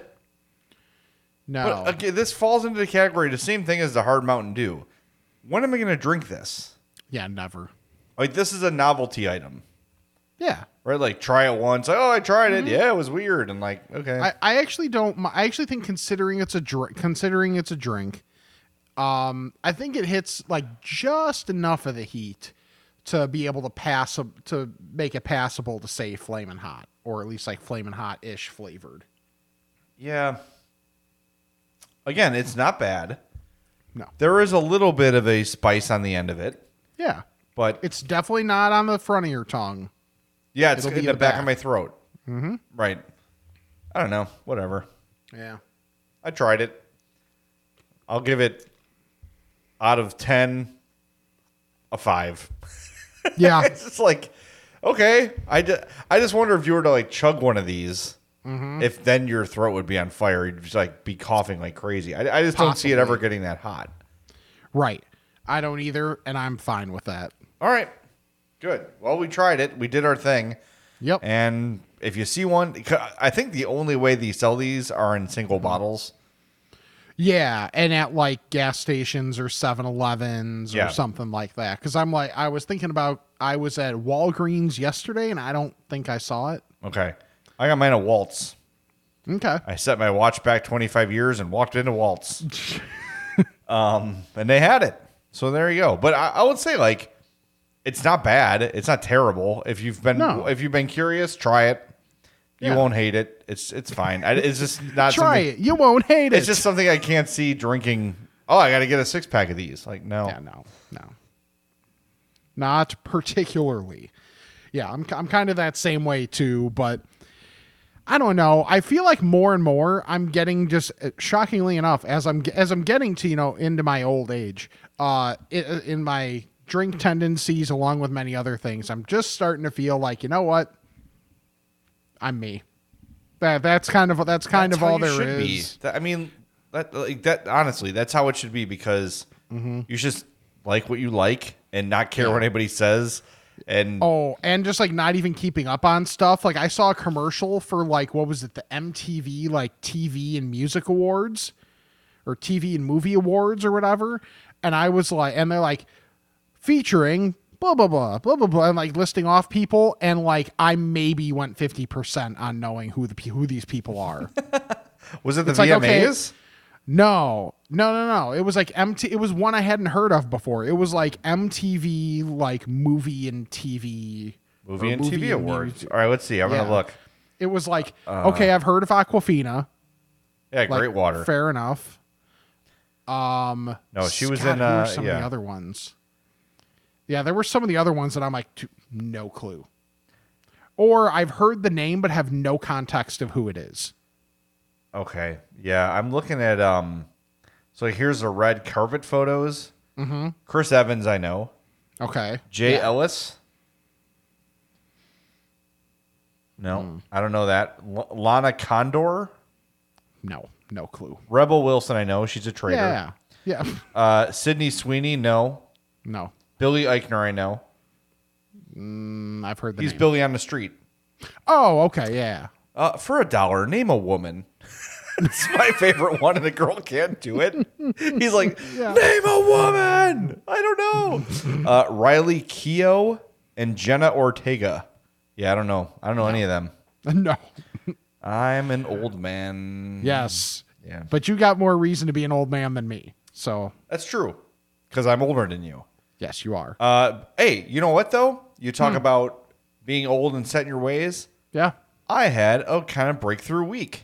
[SPEAKER 1] No.
[SPEAKER 2] But uh, again, this falls into the category the same thing as the hard Mountain Dew. When am I going to drink this?
[SPEAKER 1] yeah, never.
[SPEAKER 2] Like this is a novelty item,
[SPEAKER 1] Yeah.
[SPEAKER 2] right? Like try it once. Like, oh, I tried it. Yeah, it was weird. And like, okay,
[SPEAKER 1] Mm-hmm. I, I actually don't. mi- I actually think considering it's a drink, considering it's a drink, um, I think it hits like just enough of the heat to be able to pass a, to make it passable to say flamin' hot or at least like flamin' hot ish flavored.
[SPEAKER 2] Yeah. Again, it's not bad.
[SPEAKER 1] No.
[SPEAKER 2] There is a little bit of a spice on the end of it,
[SPEAKER 1] Yeah,
[SPEAKER 2] but
[SPEAKER 1] it's definitely not on the front of your tongue.
[SPEAKER 2] yeah, it's
[SPEAKER 1] it'll
[SPEAKER 2] in
[SPEAKER 1] be
[SPEAKER 2] the,
[SPEAKER 1] in the
[SPEAKER 2] back,
[SPEAKER 1] back.
[SPEAKER 2] of my throat. Mm-hmm. Right. I don't know. Whatever.
[SPEAKER 1] Yeah,
[SPEAKER 2] I tried it. I'll give it out of 10 a 5.
[SPEAKER 1] yeah,
[SPEAKER 2] it's just like okay I, ju- I just wonder if you were to like chug one of these if then your throat would be on fire you'd just like be coughing like crazy i, I just don't see it ever getting that hot
[SPEAKER 1] right. I don't either, and I'm fine with that.
[SPEAKER 2] all right good well we tried it we did our thing
[SPEAKER 1] Yep.
[SPEAKER 2] and if you see one i think the only way they sell these are in single bottles
[SPEAKER 1] Yeah, and at like gas stations or 7-Elevens
[SPEAKER 2] Yeah.
[SPEAKER 1] or something like that. Because I'm like, I was thinking about, I was at Walgreens yesterday, and I don't think I saw it.
[SPEAKER 2] okay i got mine at waltz
[SPEAKER 1] Okay,
[SPEAKER 2] i set my watch back 25 years and walked into waltz Um, and they had it. So there you go. But I, I would say like it's not bad. It's not terrible. If you've been
[SPEAKER 1] No.
[SPEAKER 2] if you've been curious, try it. You
[SPEAKER 1] Yeah.
[SPEAKER 2] won't hate it. It's it's fine. I, it's just not
[SPEAKER 1] try
[SPEAKER 2] something,
[SPEAKER 1] it. You won't hate it.
[SPEAKER 2] It's just something I can't see drinking. Oh, I got to get a six pack of these. Like no.
[SPEAKER 1] yeah, no, no, not particularly. Yeah, I'm I'm kind of that same way too, but I don't know. I feel like more and more I'm getting just uh, shockingly enough as I'm as I'm getting to you know into my old age, uh, i- in my drink tendencies along with many other things, I'm just starting to feel like you know what, I'm me. That that's kind of that's kind of
[SPEAKER 2] how
[SPEAKER 1] all
[SPEAKER 2] you
[SPEAKER 1] there
[SPEAKER 2] should
[SPEAKER 1] is.
[SPEAKER 2] Be. That- I mean, that like that honestly, that's how it should be because
[SPEAKER 1] Mm-hmm.
[SPEAKER 2] you should just like what you like and not care what anybody says. And
[SPEAKER 1] Oh, and just like not even keeping up on stuff. Like I saw a commercial for like what was it, the MTV like TV and Music Awards or TV and Movie Awards or whatever. And I was like and they're like featuring blah blah blah blah blah blah and like listing off people and like I maybe went 50% on knowing who the pe- who these people are.
[SPEAKER 2] was it the
[SPEAKER 1] like, okay,
[SPEAKER 2] VMAs?
[SPEAKER 1] No, no, no, no. It was like MT. It was one I hadn't heard of before. It was like MTV, like movie and TV,
[SPEAKER 2] Movie
[SPEAKER 1] or
[SPEAKER 2] and TV awards.
[SPEAKER 1] music.
[SPEAKER 2] All right, let's see. I'm gonna
[SPEAKER 1] Yeah.
[SPEAKER 2] look.
[SPEAKER 1] It was like okay, I've heard of Aquafina.
[SPEAKER 2] Yeah,
[SPEAKER 1] Like,
[SPEAKER 2] Uh, great water.
[SPEAKER 1] Fair enough. Um,
[SPEAKER 2] No, she was
[SPEAKER 1] Scott,
[SPEAKER 2] in,
[SPEAKER 1] who were
[SPEAKER 2] uh,
[SPEAKER 1] some of
[SPEAKER 2] yeah.
[SPEAKER 1] the other ones. Yeah, there were some of the other ones that I'm like, "Dude, no clue, or I've heard the name but have no context of who it is.
[SPEAKER 2] okay. Yeah, I'm looking at um. So here's the red carpet photos. Mm-hmm. Chris Evans, I know.
[SPEAKER 1] Okay,
[SPEAKER 2] Jay Ellis. No,
[SPEAKER 1] Hmm.
[SPEAKER 2] I don't know that. L- Lana Condor,
[SPEAKER 1] no, no clue.
[SPEAKER 2] Rebel Wilson, I know. She's a traitor.
[SPEAKER 1] Yeah, yeah,
[SPEAKER 2] Uh, Sydney Sweeney, no.
[SPEAKER 1] no.
[SPEAKER 2] Billy Eichner, I know.
[SPEAKER 1] Mm, I've heard the
[SPEAKER 2] He's
[SPEAKER 1] name.
[SPEAKER 2] Billy on the street.
[SPEAKER 1] Oh, okay, yeah.
[SPEAKER 2] Uh, for a dollar, name a woman. it's my favorite one, and the girl can't do it. He's like, name a woman. I don't know. uh, Riley Keough and Jenna Ortega. Yeah, I don't know. I don't know any of them.
[SPEAKER 1] No.
[SPEAKER 2] Mm, I'm an old man.
[SPEAKER 1] Yes.
[SPEAKER 2] Yeah.
[SPEAKER 1] But you got more reason to be an old man than me. So,
[SPEAKER 2] that's true. Because I'm older than you.
[SPEAKER 1] yes, you are.
[SPEAKER 2] Uh, hey, you know what though? You
[SPEAKER 1] Hmm.
[SPEAKER 2] talk about being old and set in your ways.
[SPEAKER 1] yeah.
[SPEAKER 2] I had a kind of breakthrough week.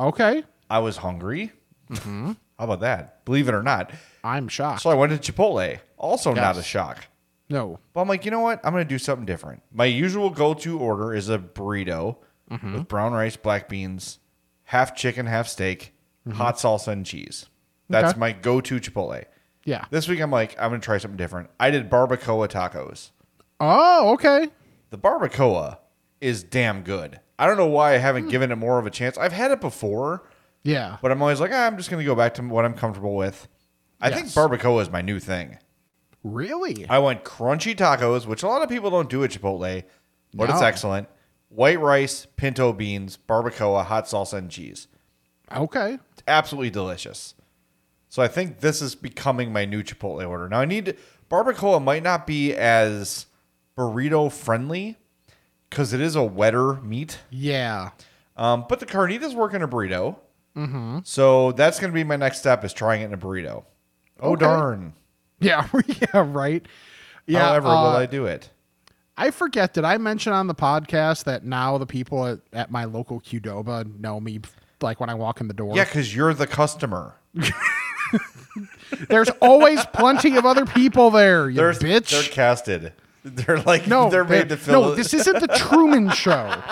[SPEAKER 1] Okay.
[SPEAKER 2] I was hungry.
[SPEAKER 1] Mm-hmm.
[SPEAKER 2] How about that? Believe it or not.
[SPEAKER 1] I'm shocked.
[SPEAKER 2] So I went to Chipotle. Also not
[SPEAKER 1] Yes.
[SPEAKER 2] a shock.
[SPEAKER 1] no.
[SPEAKER 2] But I'm like, you know what? I'm gonna do something different. My usual go-to order is a burrito
[SPEAKER 1] Mm-hmm.
[SPEAKER 2] with brown rice, black beans, half chicken, half steak, hot salsa, and cheese. That's
[SPEAKER 1] Mm-hmm. Okay.
[SPEAKER 2] my go-to Chipotle.
[SPEAKER 1] Yeah.
[SPEAKER 2] This week I'm like, I'm gonna try something different. I did barbacoa tacos.
[SPEAKER 1] Oh, okay.
[SPEAKER 2] The barbacoa is damn good. I don't know why I
[SPEAKER 1] Hmm.
[SPEAKER 2] haven't given it more of a chance. I've had it before,
[SPEAKER 1] Yeah.
[SPEAKER 2] but I'm always like, ah, I'm just gonna go back to what I'm comfortable with. I think
[SPEAKER 1] Yes.
[SPEAKER 2] barbacoa is my new thing.
[SPEAKER 1] Really?
[SPEAKER 2] I went crunchy tacos, which a lot of people don't do at Chipotle, but it's
[SPEAKER 1] No.
[SPEAKER 2] excellent. White rice, pinto beans, barbacoa, hot salsa, and cheese.
[SPEAKER 1] Okay.
[SPEAKER 2] It's absolutely delicious. So I think this is becoming my new Chipotle order. Now I need barbacoa might not be as burrito friendly because it is a wetter meat,
[SPEAKER 1] Yeah.
[SPEAKER 2] um, but the carnitas work in a burrito. Mm-hmm. So that's going to be my next step is trying it in a burrito. Oh darn!
[SPEAKER 1] Yeah. yeah, right. Yeah,
[SPEAKER 2] However,
[SPEAKER 1] uh,
[SPEAKER 2] will I do it?
[SPEAKER 1] I forget. Did I mention on the podcast that now the people at, at my local Qdoba know me? Like when I walk in the door,
[SPEAKER 2] Yeah, because you're the customer.
[SPEAKER 1] there's always plenty of other people there. You
[SPEAKER 2] They're
[SPEAKER 1] bitch.
[SPEAKER 2] They're casted. They're like
[SPEAKER 1] no,
[SPEAKER 2] They're made to fill.
[SPEAKER 1] no. This isn't the Truman Show.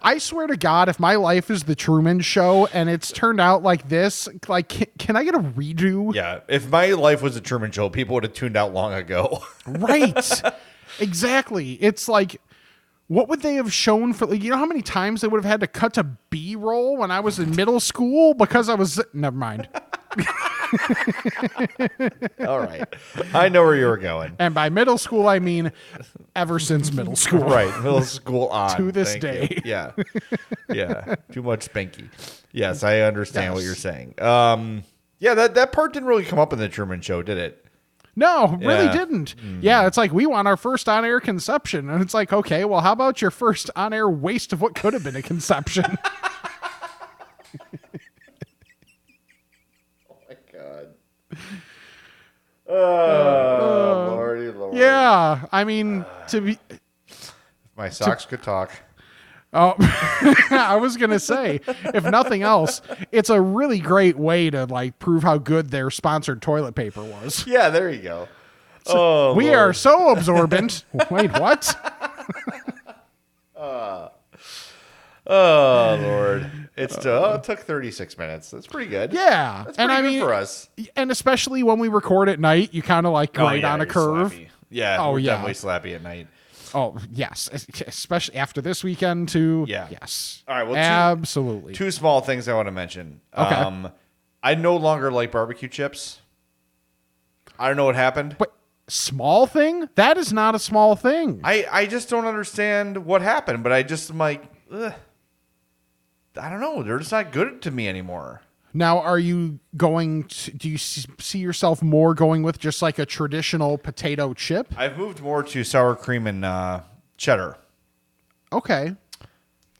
[SPEAKER 1] I swear to God, if my life is the Truman Show and it's turned out like this, like, can, can I get a redo?
[SPEAKER 2] Yeah, if my life was a Truman Show, people would have tuned out long ago.
[SPEAKER 1] Right. exactly. It's like, what would they have shown for, like, you know how many times they would have had to cut to B roll when I was in middle school because I was, never mind.
[SPEAKER 2] All right, I know where you were going.
[SPEAKER 1] And by middle school, I mean ever since middle school.
[SPEAKER 2] Right, middle school on
[SPEAKER 1] To this
[SPEAKER 2] Thank you.
[SPEAKER 1] day.
[SPEAKER 2] Yeah, yeah, too much spanky. Yes, I understand what you're saying. Um, yeah, that that part didn't really come up in the Truman Show, did it?
[SPEAKER 1] No, really
[SPEAKER 2] Yeah. Mm.
[SPEAKER 1] didn't. Yeah, it's like we want our first on air conception. And it's like, okay, well, how about your first on air waste of what could have been a conception?
[SPEAKER 2] Lordy, Lord.
[SPEAKER 1] yeah. I mean, to be,
[SPEAKER 2] My socks could talk.
[SPEAKER 1] Oh, I was gonna say, if nothing else, it's a really great way to like prove how good their sponsored toilet paper was.
[SPEAKER 2] Yeah, there you go. Oh,
[SPEAKER 1] We
[SPEAKER 2] Lord.
[SPEAKER 1] are so absorbent. Wait, what?
[SPEAKER 2] Oh Lord, it's oh, it took 36 minutes. That's pretty good.
[SPEAKER 1] Uh, Yeah,
[SPEAKER 2] that's pretty
[SPEAKER 1] and I
[SPEAKER 2] good
[SPEAKER 1] mean,
[SPEAKER 2] for us.
[SPEAKER 1] and especially when we record at night, you kind of like grade on a
[SPEAKER 2] Oh, you're
[SPEAKER 1] curve.
[SPEAKER 2] slappy. Yeah.
[SPEAKER 1] Oh,
[SPEAKER 2] we're
[SPEAKER 1] yeah.
[SPEAKER 2] Definitely slappy at night.
[SPEAKER 1] Oh yes, especially after this weekend too.
[SPEAKER 2] Yeah.
[SPEAKER 1] Yes.
[SPEAKER 2] All right, well, two-
[SPEAKER 1] Absolutely.
[SPEAKER 2] Two small things I want to mention. Um,
[SPEAKER 1] Okay.
[SPEAKER 2] I no longer like barbecue chips. I don't know what happened.
[SPEAKER 1] But small thing? That is not a small thing.
[SPEAKER 2] I I just don't understand what happened. But I just am like, Ugh. I don't know. They're just not good to me anymore.
[SPEAKER 1] Now, are you going? To, do you s- see yourself more going with just like a traditional potato chip?
[SPEAKER 2] I've moved more to sour cream and uh, cheddar.
[SPEAKER 1] Okay,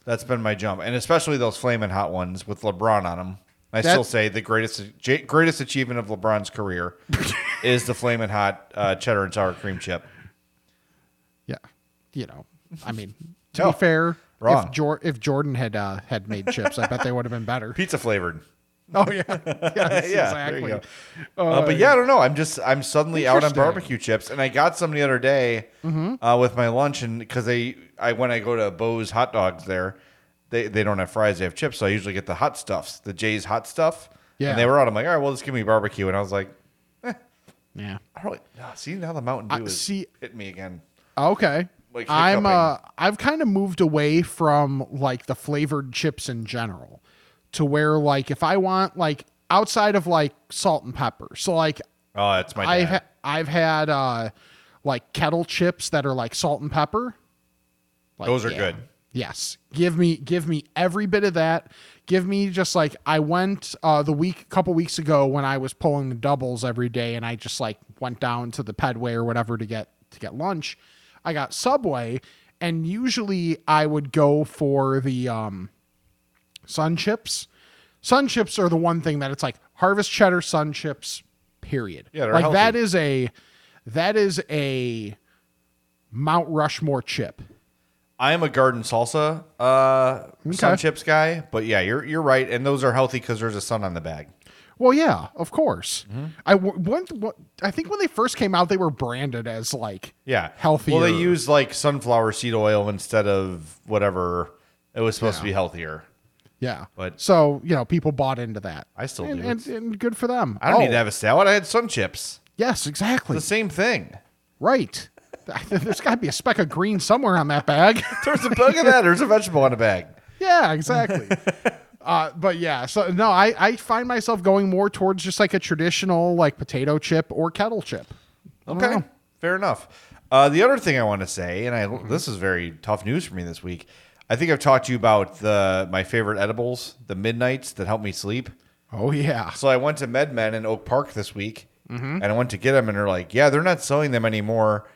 [SPEAKER 2] That's been my jump, and especially those flaming hot ones with LeBron on them. I
[SPEAKER 1] That-
[SPEAKER 2] still say the greatest j- greatest achievement of LeBron's career is the flaming hot uh, cheddar and sour cream chip.
[SPEAKER 1] yeah, you know, I mean, to
[SPEAKER 2] No,
[SPEAKER 1] be fair,
[SPEAKER 2] wrong.
[SPEAKER 1] if, Jor- if Jordan had uh, had made chips, I bet they would have been better.
[SPEAKER 2] Pizza flavored.
[SPEAKER 1] Oh yeah, yes,
[SPEAKER 2] yeah, there you
[SPEAKER 1] exactly.
[SPEAKER 2] go. Uh, but yeah, I don't know. I'm just I'm suddenly out on
[SPEAKER 1] Interesting. Mm-hmm.
[SPEAKER 2] barbecue chips, and I got some the other day uh, with my lunch, and because they I when I go to Bo's hot dogs there, they they don't have fries, they have chips, so I usually get the hot stuffs, the Jay's hot stuff.
[SPEAKER 1] Yeah.
[SPEAKER 2] and they were out. I'm like, all right, well, just give me barbecue, and I was like,
[SPEAKER 1] Yeah.
[SPEAKER 2] I don't really, ah, see now the Mountain Dew
[SPEAKER 1] I-
[SPEAKER 2] is
[SPEAKER 1] see-
[SPEAKER 2] hit me again.
[SPEAKER 1] Okay.
[SPEAKER 2] Like
[SPEAKER 1] I'm
[SPEAKER 2] hiccuping.
[SPEAKER 1] uh I've kind of moved away from like the flavored chips in general to where like if I want like outside of like salt and pepper. So like
[SPEAKER 2] Oh, it's my dad.
[SPEAKER 1] I've ha- I've had uh like kettle chips that are like salt and pepper. Like,
[SPEAKER 2] Those are good.
[SPEAKER 1] Yes. Give me give me every bit of that. Give me just like I went uh the week couple weeks ago when I was pulling the doubles every day and I just like went down to the pedway or whatever to get to get lunch. I got Subway and usually I would go for the um sun chips. Sun chips are the one thing that it's like harvest cheddar sun chips. Period.
[SPEAKER 2] Yeah, they're
[SPEAKER 1] like that
[SPEAKER 2] healthy.
[SPEAKER 1] is a that is a Mount Rushmore chip.
[SPEAKER 2] I am a garden salsa uh, sun
[SPEAKER 1] Okay.
[SPEAKER 2] chips guy, but yeah, you're you're right, and those are healthy because there's a sun on the bag.
[SPEAKER 1] Well, yeah, of course.
[SPEAKER 2] Mm-hmm.
[SPEAKER 1] I w- one, one, I think when they first came out, they were branded as like
[SPEAKER 2] Yeah,
[SPEAKER 1] healthy.
[SPEAKER 2] Well, they use like sunflower seed oil instead of whatever it was supposed to be healthier.
[SPEAKER 1] yeah.
[SPEAKER 2] but-
[SPEAKER 1] so you know, people bought into that.
[SPEAKER 2] I still
[SPEAKER 1] and,
[SPEAKER 2] do.
[SPEAKER 1] and, and good for them.
[SPEAKER 2] I don't
[SPEAKER 1] Oh,
[SPEAKER 2] need to have a salad. I had sun chips.
[SPEAKER 1] Yes, exactly.
[SPEAKER 2] The same thing.
[SPEAKER 1] Right. There's got to be a speck of green somewhere on that bag.
[SPEAKER 2] There's a bug in that. There's a vegetable in a bag.
[SPEAKER 1] Yeah, exactly. uh, but yeah, so no, I, I find myself going more towards just like a traditional like potato chip or kettle chip. Oh,
[SPEAKER 2] Okay, fair enough. Uh, the other thing I want to say, and I this is very tough news for me this week. I think I've talked to you about the my favorite edibles, the midnights that help me sleep.
[SPEAKER 1] Oh yeah. Mm-hmm.
[SPEAKER 2] So I went to MedMen in Oak Park this week, and I went to get them, and they're like, "Yeah, they're not selling them anymore.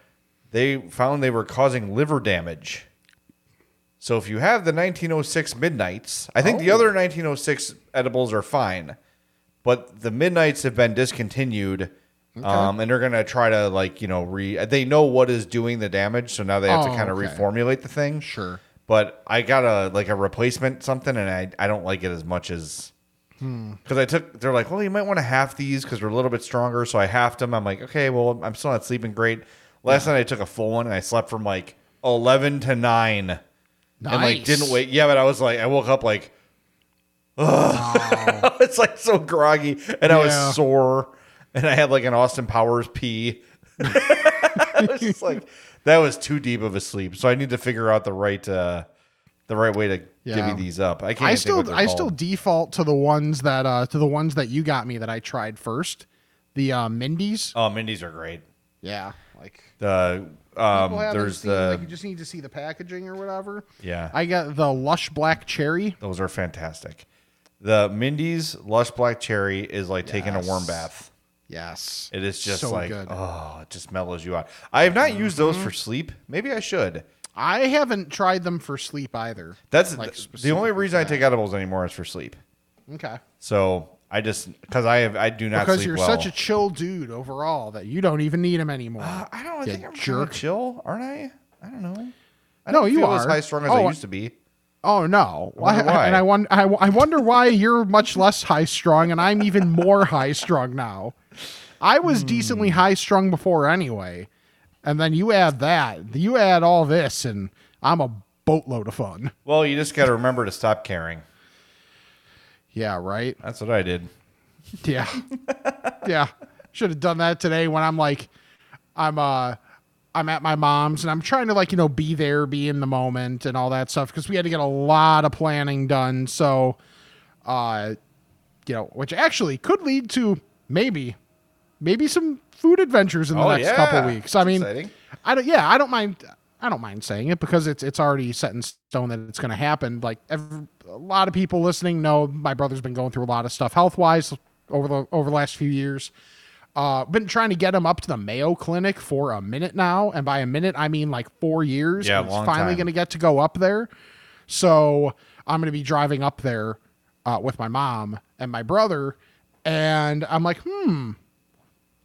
[SPEAKER 2] They found they were causing liver damage." So if you have the 1906 Midnights, I think the
[SPEAKER 1] Oh.
[SPEAKER 2] other 1906 edibles are fine, but the Midnights have been discontinued Um, and they're gonna try to like you know re. They know what is doing the damage, so now they have
[SPEAKER 1] Oh,
[SPEAKER 2] to kind of
[SPEAKER 1] okay.
[SPEAKER 2] reformulate the thing.
[SPEAKER 1] Sure.
[SPEAKER 2] But I got a like a replacement something, and I I don't like it as much as because I took. They're like, well, you might want to half these because we're a little bit stronger. So I halved them. I'm like, okay, well, I'm still not sleeping great. Last night I took a full one and I slept from like eleven to nine, and like
[SPEAKER 1] Nice.
[SPEAKER 2] didn't wait. Yeah, but I was like, I woke up like. it's like so groggy and I
[SPEAKER 1] Oh. Yeah.
[SPEAKER 2] was sore and I had like an Austin Powers pee. I was just like that was too deep of a sleep. So I need to figure out the right uh the right way to
[SPEAKER 1] Yeah.
[SPEAKER 2] divvy these up. I can't
[SPEAKER 1] I
[SPEAKER 2] even think what
[SPEAKER 1] still
[SPEAKER 2] they're
[SPEAKER 1] I still
[SPEAKER 2] called.
[SPEAKER 1] default to the ones that uh to the ones that you got me that I tried first. The uh Mindy's.
[SPEAKER 2] Oh, Mindy's are great.
[SPEAKER 1] Yeah. Like
[SPEAKER 2] The um there's the
[SPEAKER 1] like you just need to see the packaging or whatever.
[SPEAKER 2] Yeah.
[SPEAKER 1] I got the lush black cherry.
[SPEAKER 2] those are fantastic. The Mindy's Lush Black Cherry is like taking a warm
[SPEAKER 1] Yes.
[SPEAKER 2] bath.
[SPEAKER 1] Yes.
[SPEAKER 2] It is just
[SPEAKER 1] So
[SPEAKER 2] like
[SPEAKER 1] good.
[SPEAKER 2] oh, it just mellows you out. I have not used those for sleep. Maybe I should.
[SPEAKER 1] I haven't tried them for sleep either.
[SPEAKER 2] That's
[SPEAKER 1] Like,
[SPEAKER 2] th- the only reason I take edibles anymore is for sleep.
[SPEAKER 1] Okay.
[SPEAKER 2] So I just because I have I do not
[SPEAKER 1] Because
[SPEAKER 2] sleep
[SPEAKER 1] you're
[SPEAKER 2] well.
[SPEAKER 1] such a chill dude overall that you don't even need them anymore.
[SPEAKER 2] I don't
[SPEAKER 1] you
[SPEAKER 2] think I'm
[SPEAKER 1] jerk.
[SPEAKER 2] jerk. Chill, aren't I? I don't know. I
[SPEAKER 1] No,
[SPEAKER 2] don't
[SPEAKER 1] you
[SPEAKER 2] feel as
[SPEAKER 1] are.
[SPEAKER 2] high strung as
[SPEAKER 1] Oh,
[SPEAKER 2] I used to be.
[SPEAKER 1] Oh no! Why,
[SPEAKER 2] wonder why.
[SPEAKER 1] And I, won- I, I wonder why you're much less high strung, and I'm even more high strung now. I was decently high strung before anyway, and then you add that, you add all this, and I'm a boatload of fun.
[SPEAKER 2] Well, you just got to remember to stop caring.
[SPEAKER 1] Yeah, right.
[SPEAKER 2] That's what I did.
[SPEAKER 1] Yeah, yeah. Should have done that today when I'm like, I'm uh, I'm at my mom's and I'm trying to like you know be there, be in the moment, and all that stuff because we had to get a lot of planning done. So, uh, you know, which actually could lead to maybe, maybe some food adventures in the
[SPEAKER 2] Oh,
[SPEAKER 1] next
[SPEAKER 2] yeah.
[SPEAKER 1] couple weeks. I
[SPEAKER 2] That's
[SPEAKER 1] mean,
[SPEAKER 2] exciting.
[SPEAKER 1] I don't. Yeah, I don't mind. I don't mind saying it because it's it's already set in stone that it's going to happen. Like every, a lot of people listening know, my brother's been going through a lot of stuff health wise over the over the last few years. Uh, been trying to get him up to the Mayo Clinic for a minute now, and by a minute I mean like four years.
[SPEAKER 2] Yeah,
[SPEAKER 1] and he's
[SPEAKER 2] long
[SPEAKER 1] finally
[SPEAKER 2] time.
[SPEAKER 1] going to get to go up there. So I'm going to be driving up there uh, with my mom and my brother, and I'm like, hmm,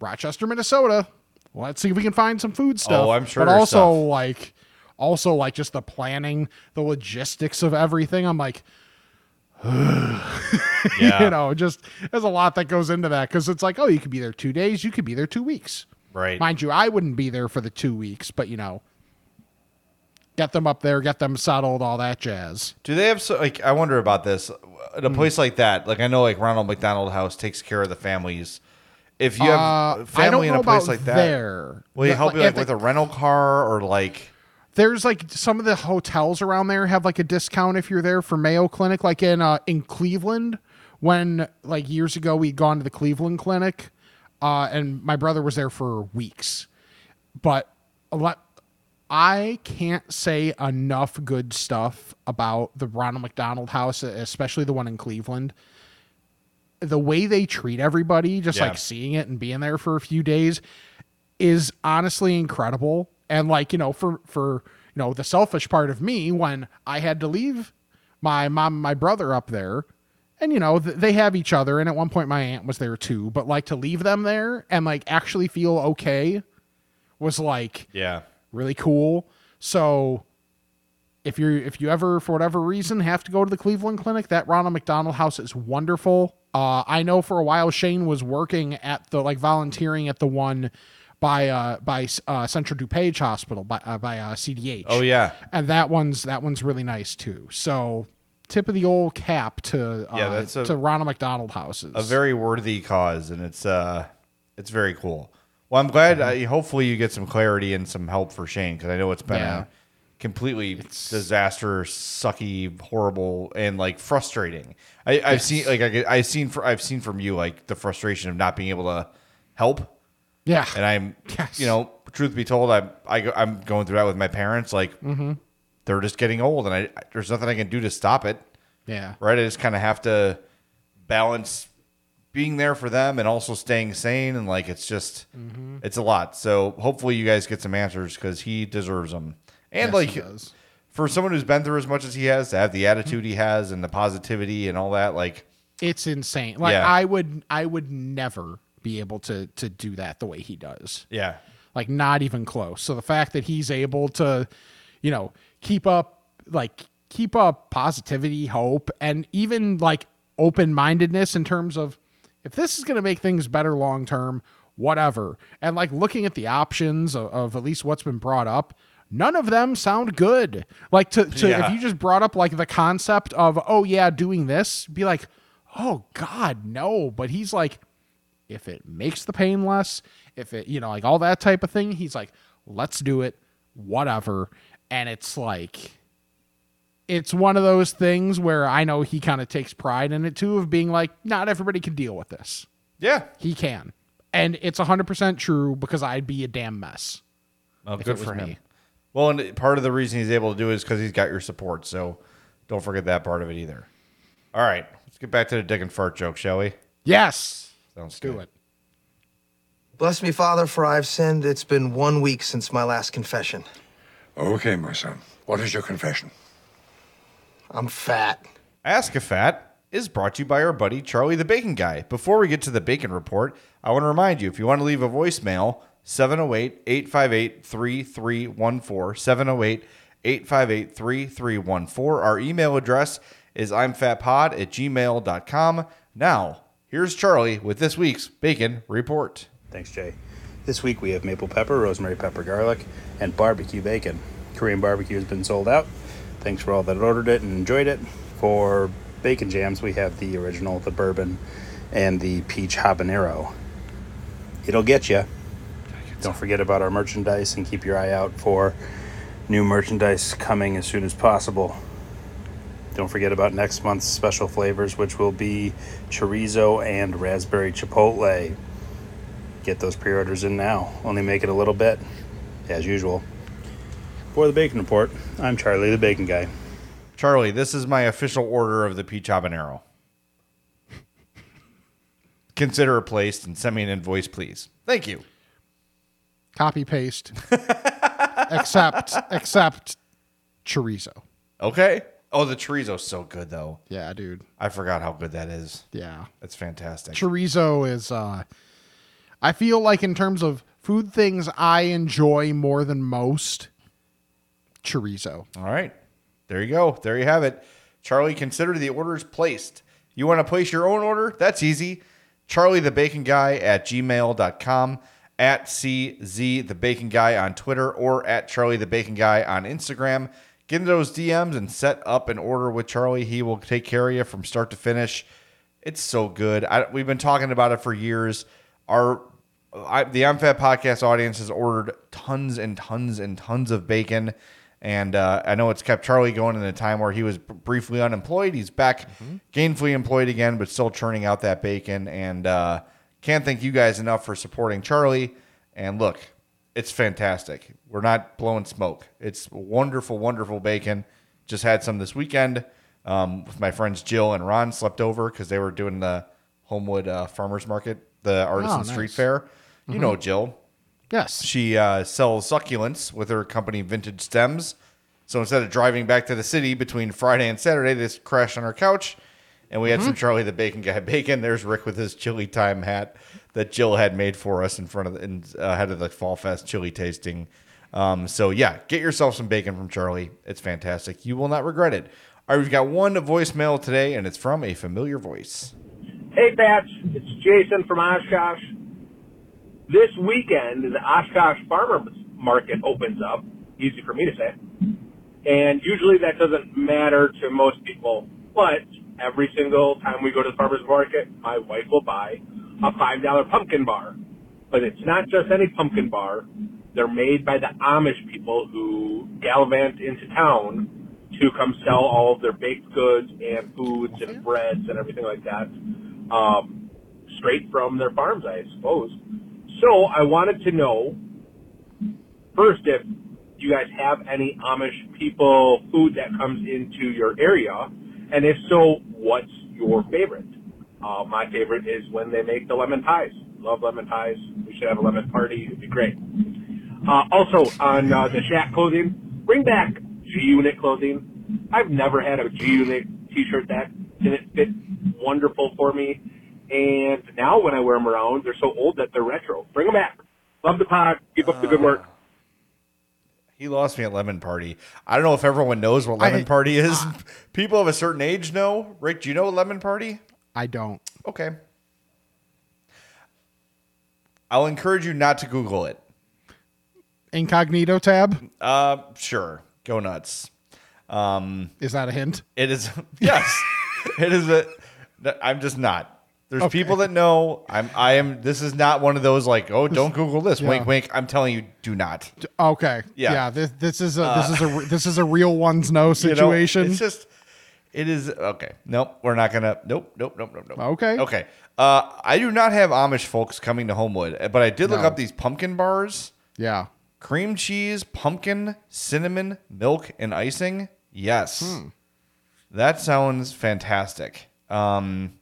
[SPEAKER 1] Rochester, Minnesota. Let's see if we can find some food stuff.
[SPEAKER 2] Oh, I'm sure
[SPEAKER 1] But
[SPEAKER 2] there's
[SPEAKER 1] also
[SPEAKER 2] stuff.
[SPEAKER 1] like, also like just the planning, the logistics of everything. I'm like,
[SPEAKER 2] Yeah,
[SPEAKER 1] you know, just there's a lot that goes into that because it's like, oh, you could be there two days, you could be there two weeks.
[SPEAKER 2] right.
[SPEAKER 1] Mind you, I wouldn't be there for the two weeks, but you know, get them up there, get them settled, all that jazz.
[SPEAKER 2] Do they have so like I wonder about this at
[SPEAKER 1] Hmm.
[SPEAKER 2] a place like that? Like I know like Ronald McDonald House takes care of the families. If you
[SPEAKER 1] Uh,
[SPEAKER 2] have
[SPEAKER 1] I don't
[SPEAKER 2] family in
[SPEAKER 1] know
[SPEAKER 2] a place
[SPEAKER 1] about
[SPEAKER 2] like that,
[SPEAKER 1] there.
[SPEAKER 2] will you
[SPEAKER 1] But,
[SPEAKER 2] help you like
[SPEAKER 1] if they-
[SPEAKER 2] with a rental car or like?
[SPEAKER 1] there's like some of the hotels around there have like a discount if you're there for Mayo Clinic, like in uh, in Cleveland. When like years ago we'd gone to the Cleveland Clinic, uh, and my brother was there for weeks, but a lot. I can't say enough good stuff about the Ronald McDonald House, especially the one in Cleveland. The way they treat everybody, just
[SPEAKER 2] Yeah.
[SPEAKER 1] like seeing it and being there for a few days, is honestly incredible and like you know for for you know the selfish part of me when i had to leave my mom and my brother up there and you know th- they have each other and at one point my aunt was there too but like to leave them there and like actually feel okay was like
[SPEAKER 2] Yeah,
[SPEAKER 1] really cool so if you're if you ever for whatever reason have to go to the cleveland clinic that ronald mcdonald house is wonderful uh, i know for a while shane was working at the like volunteering at the one by uh by uh central dupage hospital by uh, by uh, cdh
[SPEAKER 2] Oh yeah,
[SPEAKER 1] and that one's that one's really nice too so tip of the old cap to uh,
[SPEAKER 2] Yeah, that's a-
[SPEAKER 1] to ronald mcdonald houses
[SPEAKER 2] a very worthy cause, and it's uh, it's very cool. Well, I'm glad. I, hopefully, you get some clarity and some help for Shane because I know it's been
[SPEAKER 1] Yeah.
[SPEAKER 2] a completely disaster, sucky, horrible, and like frustrating. I, I've seen like I, get- I've seen for, I've seen from you like the frustration of not being able to help
[SPEAKER 1] yeah
[SPEAKER 2] and I'm,
[SPEAKER 1] Yes.
[SPEAKER 2] you know, truth be told, I'm I, go- I'm going through that with my parents. Like,
[SPEAKER 1] Mm-hmm.
[SPEAKER 2] they're just getting old, and I there's nothing I can do to stop it.
[SPEAKER 1] yeah
[SPEAKER 2] Right? I just kind of have to balance being there for them and also staying sane, and like it's just
[SPEAKER 1] Mm-hmm.
[SPEAKER 2] it's a lot. So hopefully you guys get some answers because he deserves them. And
[SPEAKER 1] Yes, he
[SPEAKER 2] like
[SPEAKER 1] does. Mm-hmm.
[SPEAKER 2] for someone who's been through as much as he has, to have the attitude he has and the positivity and all that, like
[SPEAKER 1] it's insane like
[SPEAKER 2] Yeah.
[SPEAKER 1] i would i would never be able to to do that the way he does
[SPEAKER 2] Yeah.
[SPEAKER 1] like not even close. So the fact that he's able to, you know, keep up like keep up positivity, hope, and even like open mindedness in terms of if this is going to make things better long term, whatever. And like looking at the options of, of at least what's been brought up, none of them sound good. Like to, to
[SPEAKER 2] Yeah.
[SPEAKER 1] if you just brought up like the concept of oh yeah doing this, be like oh god no. But he's like if it makes the pain less, if it, you know, like all that type of thing, he's like, let's do it, whatever. And it's like, it's one of those things where I know he kind of takes pride in it too, of being like, not everybody can deal with this.
[SPEAKER 2] Yeah.
[SPEAKER 1] He can. And it's 100% true because I'd be a damn mess.
[SPEAKER 2] Well,
[SPEAKER 1] it
[SPEAKER 2] Oh, good
[SPEAKER 1] was
[SPEAKER 2] for him.
[SPEAKER 1] me.
[SPEAKER 2] Well, and part of the reason he's able to do it is because he's got your support. So don't forget that part of it either. All right. Let's get back to the dick and fart joke, shall we?
[SPEAKER 1] Yes.
[SPEAKER 2] Sounds
[SPEAKER 1] Do
[SPEAKER 2] good.
[SPEAKER 1] it.
[SPEAKER 3] Bless me, Father, for I've sinned. It's been one week since my last confession.
[SPEAKER 4] Okay, my son. What is your confession?
[SPEAKER 3] I'm fat.
[SPEAKER 2] Ask a Fat is brought to you by our buddy Charlie the Bacon Guy. Before we get to the bacon report, I want to remind you if you want to leave a voicemail, 708 858 3314. 708 858 3314. Our email address is i'mfatpod at gmail.com. Now, here's Charlie with this week's bacon report.
[SPEAKER 5] Thanks, Jay. This week we have maple pepper, rosemary pepper, garlic, and barbecue bacon. Korean barbecue has been sold out. Thanks for all that ordered it and enjoyed it. For bacon jams, we have the original, the bourbon, and the peach habanero. It'll get you. Don't forget about our merchandise and keep your eye out for new merchandise coming as soon as possible. Don't forget about next month's special flavors, which will be chorizo and raspberry chipotle get those pre-orders in now. Only make it a little bit, as usual. For the Bacon Report, I'm Charlie the Bacon Guy.
[SPEAKER 2] Charlie, this is my official order of the peach habanero. Consider it placed and send me an invoice, please. Thank you.
[SPEAKER 1] Copy paste. except, except chorizo.
[SPEAKER 2] Okay. Oh, the chorizo's so good though.
[SPEAKER 1] Yeah, dude.
[SPEAKER 2] I forgot how good that is.
[SPEAKER 1] Yeah.
[SPEAKER 2] That's fantastic.
[SPEAKER 1] chorizo is uh I feel like in terms of food things I enjoy more than most chorizo.
[SPEAKER 2] All right. There you go. There you have it. Charlie, consider the orders placed. You want to place your own order? That's easy. Charlie the Bacon Guy at gmail.com, at CZ the Bacon Guy on Twitter, or at Charlie the Bacon Guy on Instagram. Get into those DMs and set up an order with Charlie. He will take care of you from start to finish. It's so good. I, we've been talking about it for years. Our I, the I'm Fat podcast audience has ordered tons and tons and tons of bacon, and uh, I know it's kept Charlie going in a time where he was b- briefly unemployed. He's back gainfully employed again, but still churning out that bacon. And uh, can't thank you guys enough for supporting Charlie. And look, it's fantastic. We're not blowing smoke. It's wonderful, wonderful bacon. Just had some this weekend um, with my friends Jill and Ron. Slept over because they were doing the Homewood uh, Farmers Market, the Artisan
[SPEAKER 1] Oh,
[SPEAKER 2] Street
[SPEAKER 1] nice. Mm-hmm.
[SPEAKER 2] Fair. You know Jill.
[SPEAKER 1] Yes.
[SPEAKER 2] She uh, sells succulents with her company Vintage Stems. So instead of driving back to the city between Friday and Saturday, they just crashed on her couch. And we had some Charlie the Bacon Guy bacon. There's Rick with his chili time hat that Jill had made for us in front of the, in, uh, ahead of the Fall Fest chili tasting. Um, so yeah, get yourself some bacon from Charlie. It's fantastic. You will not regret it. All right, we've got one voicemail today, and it's from a familiar voice.
[SPEAKER 6] Hey, Pats. It's Jason from Oshkosh. This weekend, the Oshkosh Farmer Market opens up. Easy for me to say. And usually that doesn't matter to most people. But every single time we go to the farmer's market, my wife will buy a $5 pumpkin bar. But it's not just any pumpkin bar. They're made by the Amish people who gallivant into town to come sell all of their baked goods and foods and breads and everything like that um, straight from their farms, I suppose. So I wanted to know first if you guys have any Amish people food that comes into your area, and if so, what's your favorite? Uh, my favorite is when they make the lemon pies. Love lemon pies. We should have a lemon party. It'd be great. Uh, also on uh, the Shack clothing, bring back G Unit clothing. I've never had a G Unit T-shirt that didn't fit wonderful for me, And now when I wear them around, they're so old that they're retro. Bring them back. Love the pod. Keep up the good work.
[SPEAKER 2] He lost me at Lemon Party. I don't know if everyone knows what Lemon
[SPEAKER 1] I- uh,
[SPEAKER 2] Party is. People of a certain age know. Rick, do you know what Lemon Party?
[SPEAKER 1] I don't.
[SPEAKER 2] Okay. I'll encourage you not to Google it.
[SPEAKER 1] Incognito tab.
[SPEAKER 2] Uh, sure. Go nuts. Um,
[SPEAKER 1] Is that a hint?
[SPEAKER 2] it is yes. it is a. th- I'm just not. There's people that know. I'm. I am. This is not one of those like. Oh, don't Google this. Wink,
[SPEAKER 1] yeah.
[SPEAKER 2] wink. I'm telling you, do not.
[SPEAKER 1] Okay.
[SPEAKER 2] Yeah. Uh,
[SPEAKER 1] this, this is a this is a re- this is a real ones no situation.
[SPEAKER 2] You know, it's just it is okay. Nope, we're not gonna. Nope, nope, nope, nope, nope.
[SPEAKER 1] Okay.
[SPEAKER 2] okay. Uh, I do not have Amish folks coming to Homewood, but I did look
[SPEAKER 1] No.
[SPEAKER 2] up these pumpkin bars:
[SPEAKER 1] yeah.
[SPEAKER 2] cream cheese, pumpkin, cinnamon, milk, and icing. Yes, that sounds fantastic. Um,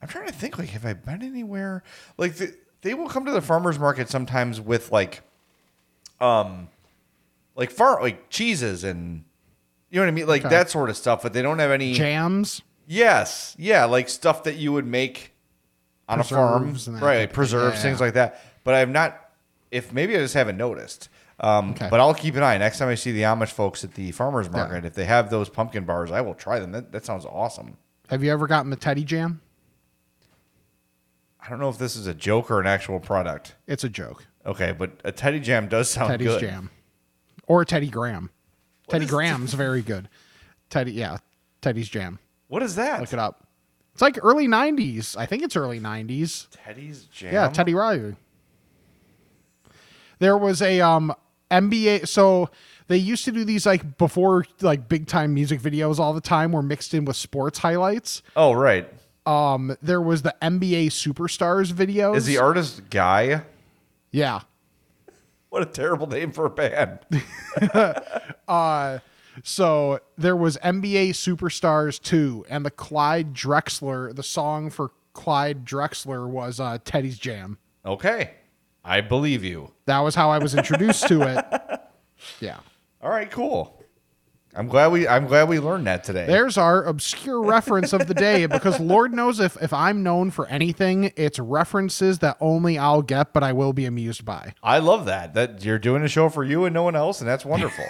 [SPEAKER 2] I'm trying to think. Like, have I been anywhere? Like, the, they will come to the farmers market sometimes with like, um, like far like cheeses and you know what I mean, like that sort of stuff. But they don't have any.
[SPEAKER 1] Jams.
[SPEAKER 2] yes, yeah, like stuff that you would make on a farm,
[SPEAKER 1] Preserves and that
[SPEAKER 2] right?
[SPEAKER 1] type of-
[SPEAKER 2] preserves
[SPEAKER 1] yeah.
[SPEAKER 2] things like that. But I've not. If maybe I just haven't noticed. Um,
[SPEAKER 1] Okay.
[SPEAKER 2] But I'll keep an eye. Next time I see the Amish folks at the farmers market, if they have those pumpkin bars, I will try them. That, that sounds awesome.
[SPEAKER 1] Have you ever gotten the Teddy Jam?
[SPEAKER 2] I don't know if this is a joke or an actual product.
[SPEAKER 1] It's a joke.
[SPEAKER 2] Okay, but a Teddy Jam does sound
[SPEAKER 1] Teddy's
[SPEAKER 2] Oh, good.
[SPEAKER 1] Jam, or Teddy Graham. Teddy Graham's very good. Teddy, yeah, Teddy's Jam.
[SPEAKER 2] What is that?
[SPEAKER 1] Look it up. It's like early '90s. I think it's early '90s.
[SPEAKER 2] Teddy's Jam.
[SPEAKER 1] Yeah, Teddy Riley. There was a um NBA so they used to do these like before like big time music videos all the time were mixed in with sports highlights.
[SPEAKER 2] Oh right.
[SPEAKER 1] Um there was the NBA superstars videos.
[SPEAKER 2] Is the artist Guy?
[SPEAKER 1] yeah.
[SPEAKER 2] What a terrible name for a band.
[SPEAKER 1] So there was NBA Superstars 2 and the Clyde Drexler the song for Clyde Drexler was uh Teddy's Jam.
[SPEAKER 2] okay. I believe you.
[SPEAKER 1] That was how I was introduced to it. Yeah.
[SPEAKER 2] All right, cool. I'm glad we I'm glad we learned that today.
[SPEAKER 1] There's our obscure reference of the day because Lord knows if, if I'm known for anything, it's references that only I'll get, but I will be amused by.
[SPEAKER 2] I love that. That you're doing a show for you and no one else, and that's wonderful.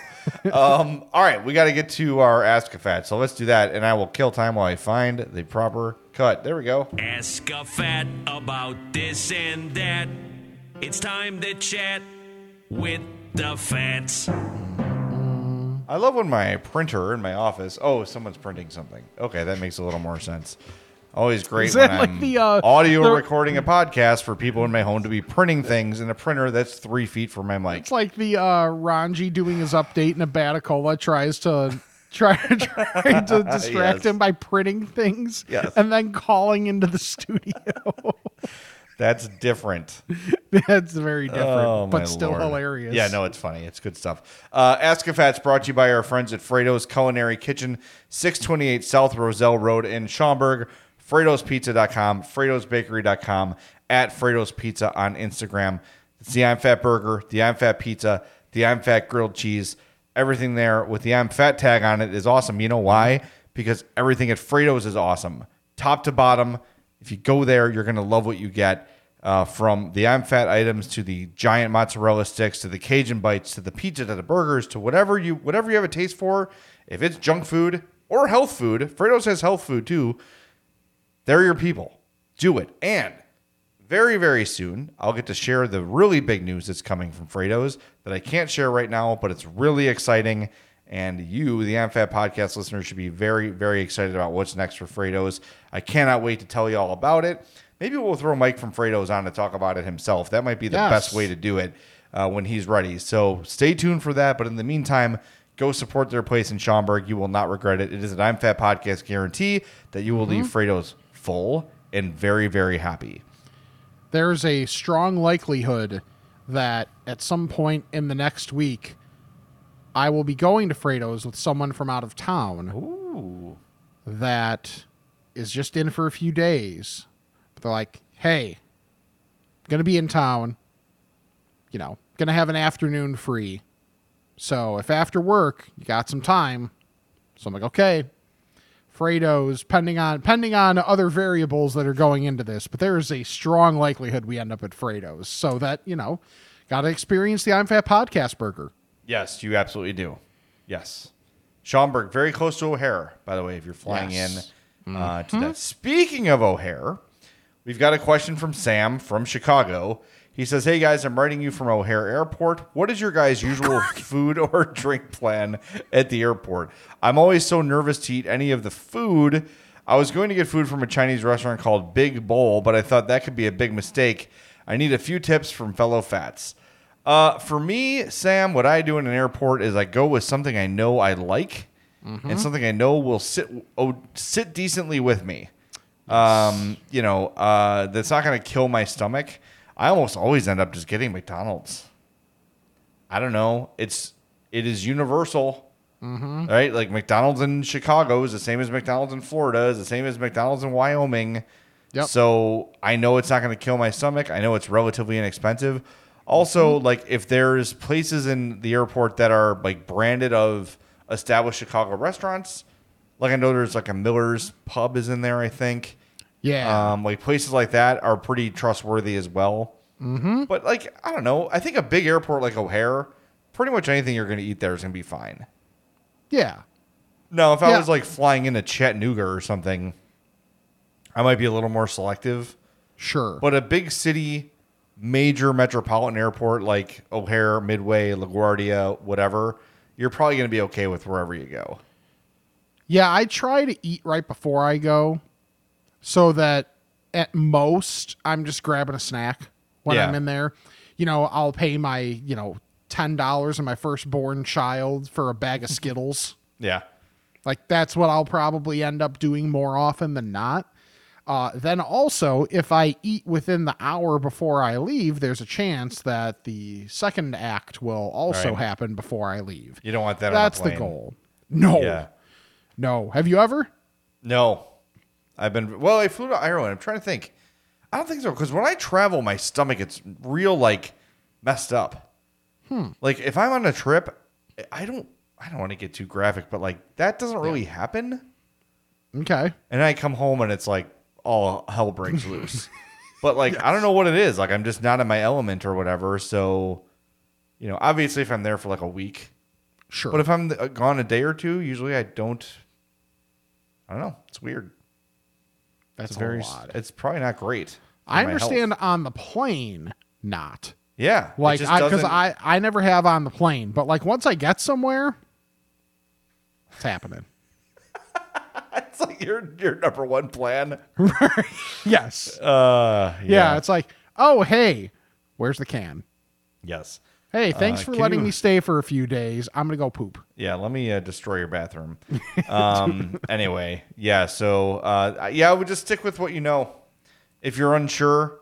[SPEAKER 2] um, all right, we got to get to our Ask a Fat, so let's do that, and I will kill time while I find the proper cut. There we go.
[SPEAKER 7] Ask a fat about this and that. It's time to chat with the fats.
[SPEAKER 2] I love when my printer in my office. Oh, someone's printing something. Okay, that makes a little more sense. Always great
[SPEAKER 1] Is that
[SPEAKER 2] when
[SPEAKER 1] like
[SPEAKER 2] I'm
[SPEAKER 1] the, uh,
[SPEAKER 2] audio
[SPEAKER 1] the-
[SPEAKER 2] recording a podcast for people in my home to be printing things in a printer that's three feet from my mic.
[SPEAKER 1] It's like the uh, Ranji doing his update and Abatacola tries to try, try to distract
[SPEAKER 2] Yes.
[SPEAKER 1] him by printing things
[SPEAKER 2] Yes.
[SPEAKER 1] and then calling into the studio.
[SPEAKER 2] That's different.
[SPEAKER 1] That's very different,
[SPEAKER 2] Oh, my
[SPEAKER 1] but still
[SPEAKER 2] Lord.
[SPEAKER 1] hilarious.
[SPEAKER 2] Yeah, no, it's funny. It's good stuff. Uh, Ask a Fat's brought to you by our friends at Fredo's Culinary Kitchen, 628 South Roselle Road in Schaumburg, Fredo'sPizza.com, Fredo'sBakery.com, at Fredo's Pizza on Instagram. It's the I'm Fat Burger, the I'm Fat Pizza, the I'm Fat Grilled Cheese. Everything there with the I'm Fat tag on it is awesome. You know why? Because everything at Fredo's is awesome, top to bottom. If you go there, you're going to love what you get uh, from the I'm fat items to the giant mozzarella sticks to the Cajun bites to the pizza to the burgers to whatever you whatever you have a taste for. If it's junk food or health food, Fredo's has health food too. They're your people. Do it. And very very soon, I'll get to share the really big news that's coming from Fredo's that I can't share right now, but it's really exciting. And you, the I'm Fat podcast listeners, should be very, very excited about what's next for Fredo's. I cannot wait to tell you all about it. Maybe we'll throw Mike from Fredo's on to talk about it himself. That might be the
[SPEAKER 1] Yes.
[SPEAKER 2] best way to do it uh, when he's ready. So stay tuned for that. But in the meantime, go support their place in Schaumburg. You will not regret it. It is an I'm Fat podcast guarantee that you will leave Fredo's full and very, very happy.
[SPEAKER 1] there's a strong likelihood that at some point in the next week, I will be going to Fredo's with someone from out of town that is just in for a few days. But they're like, hey, gonna be in town, you know, gonna have an afternoon free. So if after work you got some time, so I'm like, okay, Fredos, pending on pending on other variables that are going into this, but there is a strong likelihood we end up at Fredos. So that you know, got to experience the I'm Fat podcast burger.
[SPEAKER 2] Yes, you absolutely do. Yes. Schaumburg, very close to O'Hare, by the way, if you're flying
[SPEAKER 1] Yes.
[SPEAKER 2] in uh, to that. Speaking of O'Hare, we've got a question from Sam from Chicago. He says, Hey guys, I'm writing you from O'Hare Airport. What is your guys' usual food or drink plan at the airport? I'm always so nervous to eat any of the food. I was going to get food from a Chinese restaurant called Big Bowl, but I thought that could be a big mistake. I need a few tips from fellow fats. Uh, for me, Sam, what I do in an airport is I go with something I know I like and something I know will sit oh, sit decently with me. Um, you know, uh, that's not going to kill my stomach. I almost always end up just getting McDonald's. I don't know. It's it is universal, right? Like McDonald's in Chicago is the same as McDonald's in Florida is the same as McDonald's in Wyoming.
[SPEAKER 1] Yep.
[SPEAKER 2] So I know it's not going to kill my stomach. I know it's relatively inexpensive. Also,
[SPEAKER 1] Mm-hmm.
[SPEAKER 2] like if there's places in the airport that are like branded of established Chicago restaurants, like I know there's like a Miller's Pub is in there, I think.
[SPEAKER 1] Yeah,
[SPEAKER 2] Um, like places like that are pretty trustworthy as well. Mm-hmm. But like I don't know, I think a big airport like O'Hare, pretty much anything you're going to eat there is going to be fine.
[SPEAKER 1] yeah,
[SPEAKER 2] No, if I
[SPEAKER 1] Yeah.
[SPEAKER 2] was like flying into Chattanooga or something, I might be a little more selective.
[SPEAKER 1] sure.
[SPEAKER 2] But a big city, major metropolitan airport like O'Hare, Midway, LaGuardia, whatever, you're probably going to be okay with wherever you go.
[SPEAKER 1] Yeah, I try to eat right before I go so that at most I'm just grabbing a snack when
[SPEAKER 2] Yeah.
[SPEAKER 1] I'm in there. You know, I'll pay my, you know, $10 and my firstborn child for a bag of Skittles.
[SPEAKER 2] Yeah.
[SPEAKER 1] Like that's what I'll probably end up doing more often than not. Uh, then also, if I eat within the hour before I leave, there's a chance that the second act will also
[SPEAKER 2] Right.
[SPEAKER 1] happen before I leave.
[SPEAKER 2] You don't want that on a
[SPEAKER 1] That's the
[SPEAKER 2] plane.
[SPEAKER 1] goal. No,
[SPEAKER 2] Yeah.
[SPEAKER 1] no. Have you ever?
[SPEAKER 2] No. I've been, well, I flew to Ireland. I'm trying to think. I don't think so. Because when I travel, my stomach gets real, like, messed up. Like, if I'm on a trip, I don't, I don't want to get too graphic, but like, that doesn't really happen.
[SPEAKER 1] Okay.
[SPEAKER 2] And I come home and it's like all hell breaks loose. but like I don't know what it is. Like I'm just not in my element or whatever. So, you know, obviously if I'm there for like a week,
[SPEAKER 1] Sure.
[SPEAKER 2] but if I'm uh, gone a day or two, usually I don't. I don't know. It's weird.
[SPEAKER 1] that's
[SPEAKER 2] It's
[SPEAKER 1] a
[SPEAKER 2] very.
[SPEAKER 1] lot.
[SPEAKER 2] It's probably not great. for
[SPEAKER 1] I
[SPEAKER 2] my health.
[SPEAKER 1] understand on the plane, not
[SPEAKER 2] Yeah, it
[SPEAKER 1] like
[SPEAKER 2] just
[SPEAKER 1] because
[SPEAKER 2] doesn't-
[SPEAKER 1] I, I never have on the plane, but like once I get somewhere, it's happening.
[SPEAKER 2] it's like your your number one plan.
[SPEAKER 1] yes.
[SPEAKER 2] Uh,
[SPEAKER 1] yeah. It's like, oh hey, where's the can?
[SPEAKER 2] Yes.
[SPEAKER 1] Hey, thanks
[SPEAKER 2] Uh,
[SPEAKER 1] for
[SPEAKER 2] can
[SPEAKER 1] letting
[SPEAKER 2] you-
[SPEAKER 1] me stay for a few days. I'm gonna go poop.
[SPEAKER 2] Yeah, let me uh, destroy your bathroom. Um, anyway, yeah. So uh, yeah, I would just stick with what you know. If you're unsure,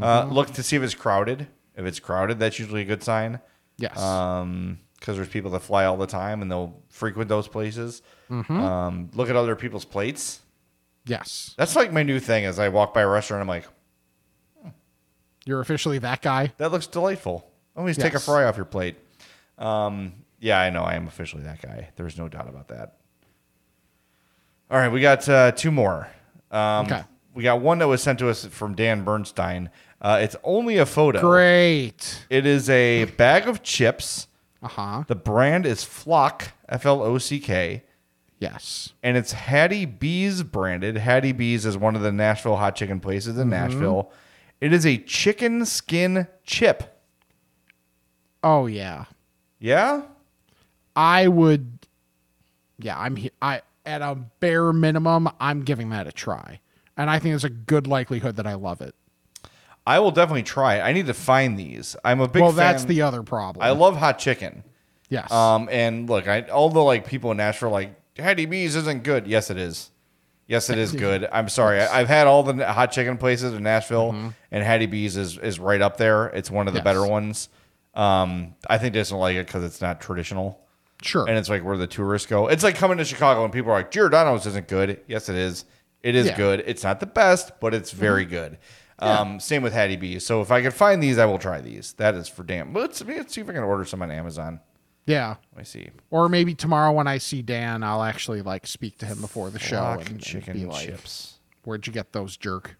[SPEAKER 2] uh,
[SPEAKER 1] Mm-hmm.
[SPEAKER 2] look to see if it's crowded. If it's crowded, that's usually a good sign.
[SPEAKER 1] Yes.
[SPEAKER 2] Um, because there's people that fly all the time and they'll frequent those places.
[SPEAKER 1] Mm-hmm.
[SPEAKER 2] Um, look at other people's plates.
[SPEAKER 1] yes.
[SPEAKER 2] That's like my new thing. As I walk by a restaurant, I'm like,
[SPEAKER 1] You're officially that guy.
[SPEAKER 2] that looks delightful. Always take a
[SPEAKER 1] Yes.
[SPEAKER 2] fry off your plate. Um, yeah, I know. I am officially that guy. There's no doubt about that. All right, we got uh, two more. Um,
[SPEAKER 1] Okay.
[SPEAKER 2] We got one that was sent to us from Dan Bernstein. Uh, it's only a photo.
[SPEAKER 1] Great.
[SPEAKER 2] It is a bag of chips.
[SPEAKER 1] Uh huh.
[SPEAKER 2] The brand is Flock, F L O C K,
[SPEAKER 1] Yes.
[SPEAKER 2] and it's Hattie B's branded. Hattie B's is one of the Nashville hot chicken places
[SPEAKER 1] Mm-hmm.
[SPEAKER 2] in Nashville. It is a chicken skin chip.
[SPEAKER 1] Oh yeah.
[SPEAKER 2] Yeah?
[SPEAKER 1] I would. Yeah, I'm. he- I at a bare minimum, I'm giving that a try, and I think there's a good likelihood that I love it.
[SPEAKER 2] I will definitely try it. I need to find these. I'm a big
[SPEAKER 1] well,
[SPEAKER 2] fan.
[SPEAKER 1] that's the other problem.
[SPEAKER 2] I love hot chicken.
[SPEAKER 1] yes.
[SPEAKER 2] Um, and look, I all the like people in Nashville are like Hattie B's isn't good. Yes, it is. Yes, it is good. I'm sorry. I, I've had all the hot chicken places in Nashville, and Hattie B's is is right up there. It's one of the
[SPEAKER 1] Mm-hmm. Yes.
[SPEAKER 2] better ones. Um, I think they just don't like it because it's not traditional,
[SPEAKER 1] sure.
[SPEAKER 2] and it's like where the tourists go. It's like coming to Chicago and people are like Giordano's isn't good. Yes, it is. It is
[SPEAKER 1] Yeah. Mm-hmm.
[SPEAKER 2] good. It's not the best, but it's very good. Um, same with Hattie B's. So if I could find these, I will try these. That is for damn. Let's, let's see if I can order some on Amazon.
[SPEAKER 1] Yeah.
[SPEAKER 2] Let me see.
[SPEAKER 1] Or maybe tomorrow when I see Dan, I'll actually like speak to him before the show
[SPEAKER 2] Block
[SPEAKER 1] Oh, and, and
[SPEAKER 2] chicken
[SPEAKER 1] be like,
[SPEAKER 2] chips.
[SPEAKER 1] "Where'd you get those, jerk?"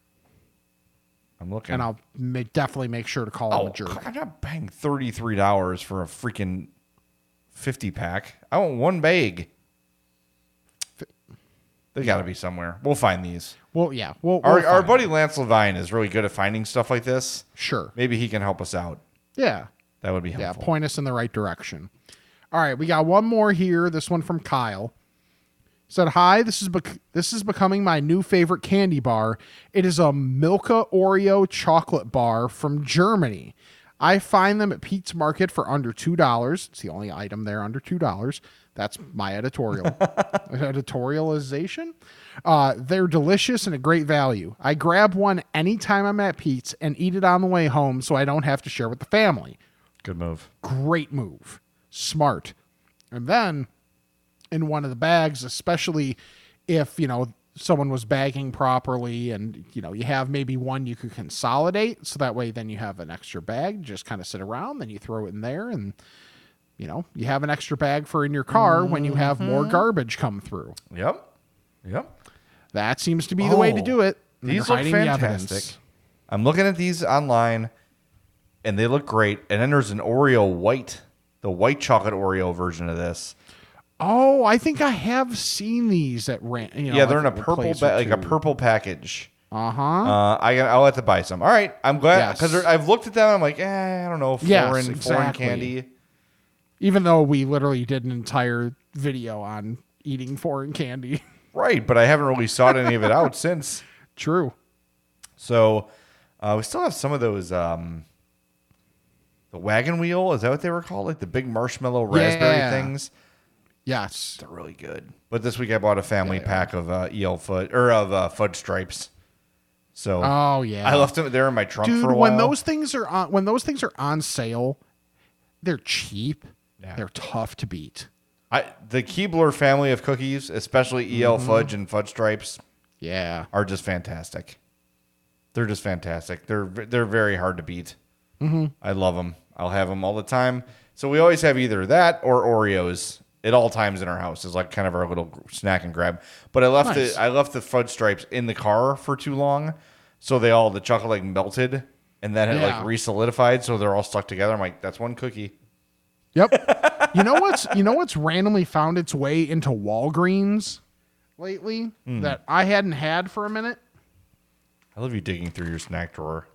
[SPEAKER 2] I'm looking.
[SPEAKER 1] And I'll ma- definitely make sure to call him
[SPEAKER 2] oh,
[SPEAKER 1] a jerk.
[SPEAKER 2] I'm not paying thirty three dollars for a freaking fifty pack. I want one bag. They got to be somewhere. We'll find these.
[SPEAKER 1] Well, yeah. Well,
[SPEAKER 2] Our,
[SPEAKER 1] we'll
[SPEAKER 2] our
[SPEAKER 1] find-
[SPEAKER 2] buddy Lance Levine is really good at finding stuff like this.
[SPEAKER 1] Sure.
[SPEAKER 2] Maybe he can help us out.
[SPEAKER 1] Yeah.
[SPEAKER 2] That would be
[SPEAKER 1] Yeah,
[SPEAKER 2] helpful.
[SPEAKER 1] point us in the right direction. All right, we got one more here. This one from Kyle. Said, "Hi, this is bec- this is becoming my new favorite candy bar. It is a Milka Oreo chocolate bar from Germany. I find them at Pete's Market for under two dollars. It's the only item there under two dollars. That's my editorial editorialization. Uh, they're delicious and a great value. I grab one anytime I'm at Pete's and eat it on the way home, so I don't have to share with the family
[SPEAKER 2] Good move.
[SPEAKER 1] great move smart and then in one of the bags especially if you know someone was bagging properly and you know you have maybe one you could consolidate so that way then you have an extra bag just kind of sit around then you throw it in there and you know you have an extra bag for in your car when you have more
[SPEAKER 2] Mm-hmm.
[SPEAKER 1] garbage come through
[SPEAKER 2] Yep. Yep.
[SPEAKER 1] that seems to be the way to
[SPEAKER 2] Oh,
[SPEAKER 1] do it And
[SPEAKER 2] These
[SPEAKER 1] you're
[SPEAKER 2] look
[SPEAKER 1] hiding the evidence.
[SPEAKER 2] fantastic. I'm looking at these online and they look great. And then there's an Oreo white, the white chocolate Oreo version of this.
[SPEAKER 1] oh i think i have seen these at rant you know,
[SPEAKER 2] yeah, they're in a
[SPEAKER 1] like at
[SPEAKER 2] purple,
[SPEAKER 1] place
[SPEAKER 2] ba-
[SPEAKER 1] or
[SPEAKER 2] like a
[SPEAKER 1] two.
[SPEAKER 2] purple package.
[SPEAKER 1] uh-huh
[SPEAKER 2] Uh, I got, I'll have to buy some. All right, I'm glad
[SPEAKER 1] Yes.
[SPEAKER 2] because I've looked at them. I'm like, eh, I don't know, foreign,
[SPEAKER 1] Yes,
[SPEAKER 2] foreign
[SPEAKER 1] exactly.
[SPEAKER 2] candy.
[SPEAKER 1] even though we literally did an entire video on eating foreign candy.
[SPEAKER 2] Right, but I haven't really sought any of it out since.
[SPEAKER 1] True.
[SPEAKER 2] So uh, we still have some of those. Um, the wagon wheel is that what they were called? Like the big marshmallow raspberry
[SPEAKER 1] Yeah.
[SPEAKER 2] things.
[SPEAKER 1] Yes.
[SPEAKER 2] They're really good. But this week I bought a family pack of uh, EL foot or of uh, fudge stripes. So
[SPEAKER 1] Oh yeah.
[SPEAKER 2] I left them there in my trunk
[SPEAKER 1] Dude,
[SPEAKER 2] for a while.
[SPEAKER 1] when those things are on when those things are on sale, they're cheap. They're tough to beat.
[SPEAKER 2] I, the Keebler family of cookies, especially
[SPEAKER 1] Mm-hmm.
[SPEAKER 2] EL fudge and fudge stripes,
[SPEAKER 1] Yeah.
[SPEAKER 2] are just fantastic. They're just fantastic. They're they're very hard to beat. Mm-hmm. I love them. I'll have them all the time. So we always have either that or Oreos at all times in our house. It's like kind of our little gr- snack and grab. But I left
[SPEAKER 1] Nice.
[SPEAKER 2] the I left the fudge stripes in the car for too long, so they all the chocolate like melted and then it
[SPEAKER 1] Yeah.
[SPEAKER 2] like resolidified, so they're all stuck together. I'm like, that's one cookie.
[SPEAKER 1] Yep. you know what's you know what's randomly found its way into Walgreens lately
[SPEAKER 2] Hmm.
[SPEAKER 1] that I hadn't had for a minute?
[SPEAKER 2] I love you digging through your snack drawer.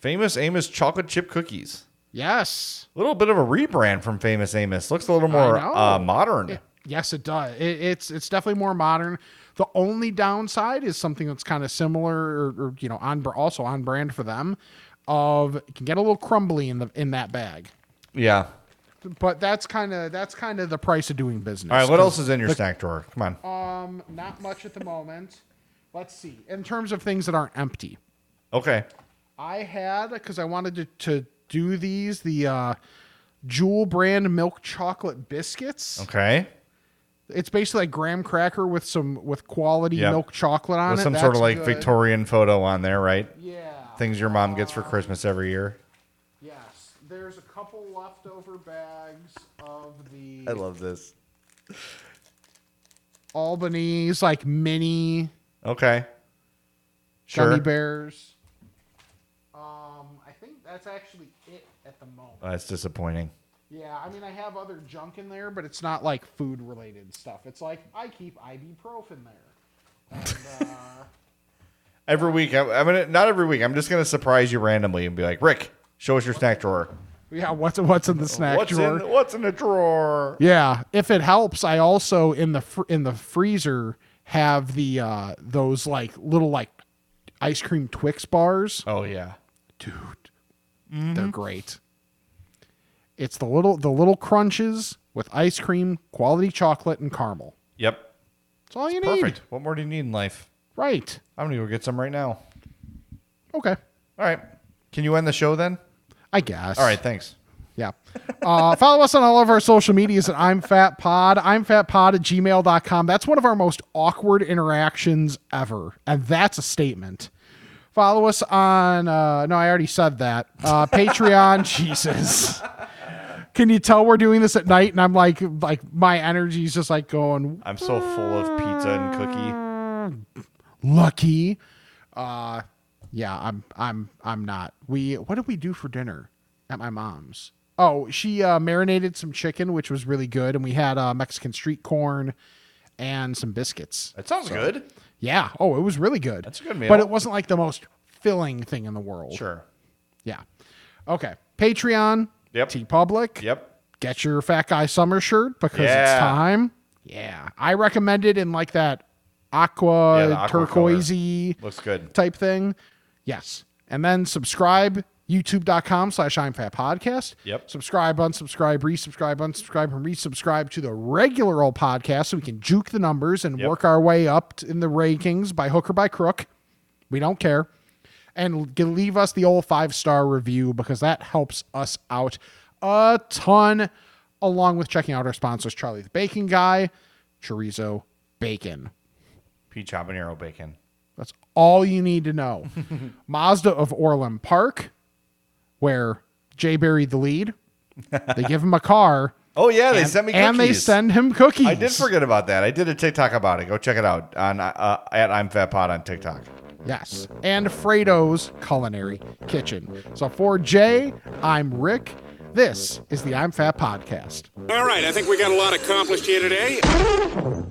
[SPEAKER 2] Famous Amos chocolate chip cookies.
[SPEAKER 1] Yes.
[SPEAKER 2] A little bit of a rebrand from Famous Amos. Looks a little more
[SPEAKER 1] I know.
[SPEAKER 2] uh, modern.
[SPEAKER 1] Yes, it does. It, it's it's definitely more modern. The only downside is something that's kind of similar, or, or you know, on br- also on brand for them. Of it can get a little crumbly in the in that bag,
[SPEAKER 2] yeah.
[SPEAKER 1] but that's kind of that's kind of the price of doing business.
[SPEAKER 2] All right. What else is in your snack drawer? Come on.
[SPEAKER 1] Um, not much at the moment. Let's see. In terms of things that aren't empty,
[SPEAKER 2] okay.
[SPEAKER 1] I had because I wanted to, to do these the uh, Jewel brand milk chocolate biscuits.
[SPEAKER 2] Okay.
[SPEAKER 1] It's basically like graham cracker with some with quality
[SPEAKER 2] Yep.
[SPEAKER 1] milk chocolate on
[SPEAKER 2] With
[SPEAKER 1] it.
[SPEAKER 2] some sort
[SPEAKER 1] That's
[SPEAKER 2] of like
[SPEAKER 1] good.
[SPEAKER 2] Victorian photo on there, right?
[SPEAKER 1] Yeah.
[SPEAKER 2] Things your mom gets for Christmas every year.
[SPEAKER 1] Yes. There's a couple leftover bags of the
[SPEAKER 2] I love this.
[SPEAKER 1] Albany's like mini
[SPEAKER 2] Okay. Sure.
[SPEAKER 1] gummy bears. Um, I think that's actually it at the moment.
[SPEAKER 2] That's disappointing.
[SPEAKER 1] Yeah, I mean, I have other junk in there, but it's not like food related stuff. It's like I keep ibuprofen there. And, uh,
[SPEAKER 2] Every week, I'm, I'm gonna not every week. I'm just gonna surprise you randomly and be like, Rick, show us your snack drawer.
[SPEAKER 1] yeah, what's what's in the snack
[SPEAKER 2] what's
[SPEAKER 1] drawer?
[SPEAKER 2] in What's in the drawer?
[SPEAKER 1] Yeah, if it helps, I also in the fr- in the freezer have the uh those like little like ice cream Twix bars.
[SPEAKER 2] Oh yeah.
[SPEAKER 1] Dude, they're
[SPEAKER 2] Mm-hmm.
[SPEAKER 1] great. It's the little the little crunches with ice cream, quality chocolate, and caramel.
[SPEAKER 2] Yep.
[SPEAKER 1] That's all you need.
[SPEAKER 2] Perfect. What more do you need in life?
[SPEAKER 1] Right?
[SPEAKER 2] I'm gonna go get some right now.
[SPEAKER 1] Okay.
[SPEAKER 2] All right. Can you end the show then?
[SPEAKER 1] I guess.
[SPEAKER 2] All right. Thanks.
[SPEAKER 1] Yeah. Uh, follow us on all of our social medias at I'm Fat Pod. I'm Fat Pod at gmail.com. That's one of our most awkward interactions ever. And that's a statement. Follow us on, uh, no, I already said that. Uh, Patreon, Jesus. Can you tell we're doing this at night? And I'm like, like my energy's just like going
[SPEAKER 2] I'm so full of pizza and cookie.
[SPEAKER 1] lucky. Uh, yeah, I'm, I'm, I'm not. We, what did we do for dinner at my mom's? Oh, she uh, marinated some chicken, which was really good, and we had uh, Mexican street corn and some biscuits.
[SPEAKER 2] That sounds good.
[SPEAKER 1] Yeah. Oh, it was really good.
[SPEAKER 2] That's a good meal.
[SPEAKER 1] But it wasn't like the most filling thing in the world.
[SPEAKER 2] Sure.
[SPEAKER 1] Yeah. Okay. Patreon.
[SPEAKER 2] Yep.
[SPEAKER 1] T Public.
[SPEAKER 2] Yep.
[SPEAKER 1] Get your Fat Guy Summer shirt because
[SPEAKER 2] Yeah.
[SPEAKER 1] it's time. Yeah. I recommend it in like that aqua,
[SPEAKER 2] Yeah, the aqua
[SPEAKER 1] turquoisey
[SPEAKER 2] Looks good.
[SPEAKER 1] type thing. Yes. And then subscribe youtube.com slash I'm Fat Podcast.
[SPEAKER 2] Yep.
[SPEAKER 1] Subscribe, unsubscribe, resubscribe, unsubscribe, and resubscribe to the regular old podcast so we can juke the numbers and
[SPEAKER 2] Yep.
[SPEAKER 1] work our way up t- in the rankings by hook or by crook. We don't care. And l- g- leave us the old five star review because that helps us out a ton, along with checking out our sponsors Charlie the Bacon Guy, Chorizo Bacon.
[SPEAKER 2] Peach habanero bacon.
[SPEAKER 1] That's all you need to know. Mazda of Orland Park, where Jay buried the lead. They give him a car
[SPEAKER 2] Oh yeah, they sent me cookies.
[SPEAKER 1] and they send him cookies.
[SPEAKER 2] I did forget about that. I did a TikTok about it. Go check it out on uh, at I'm Fat Pod on TikTok.
[SPEAKER 1] Yes. And Fredo's Culinary Kitchen. So for Jay, I'm Rick. This is the I'm Fat Podcast.
[SPEAKER 8] All right, I think we got a lot accomplished here today.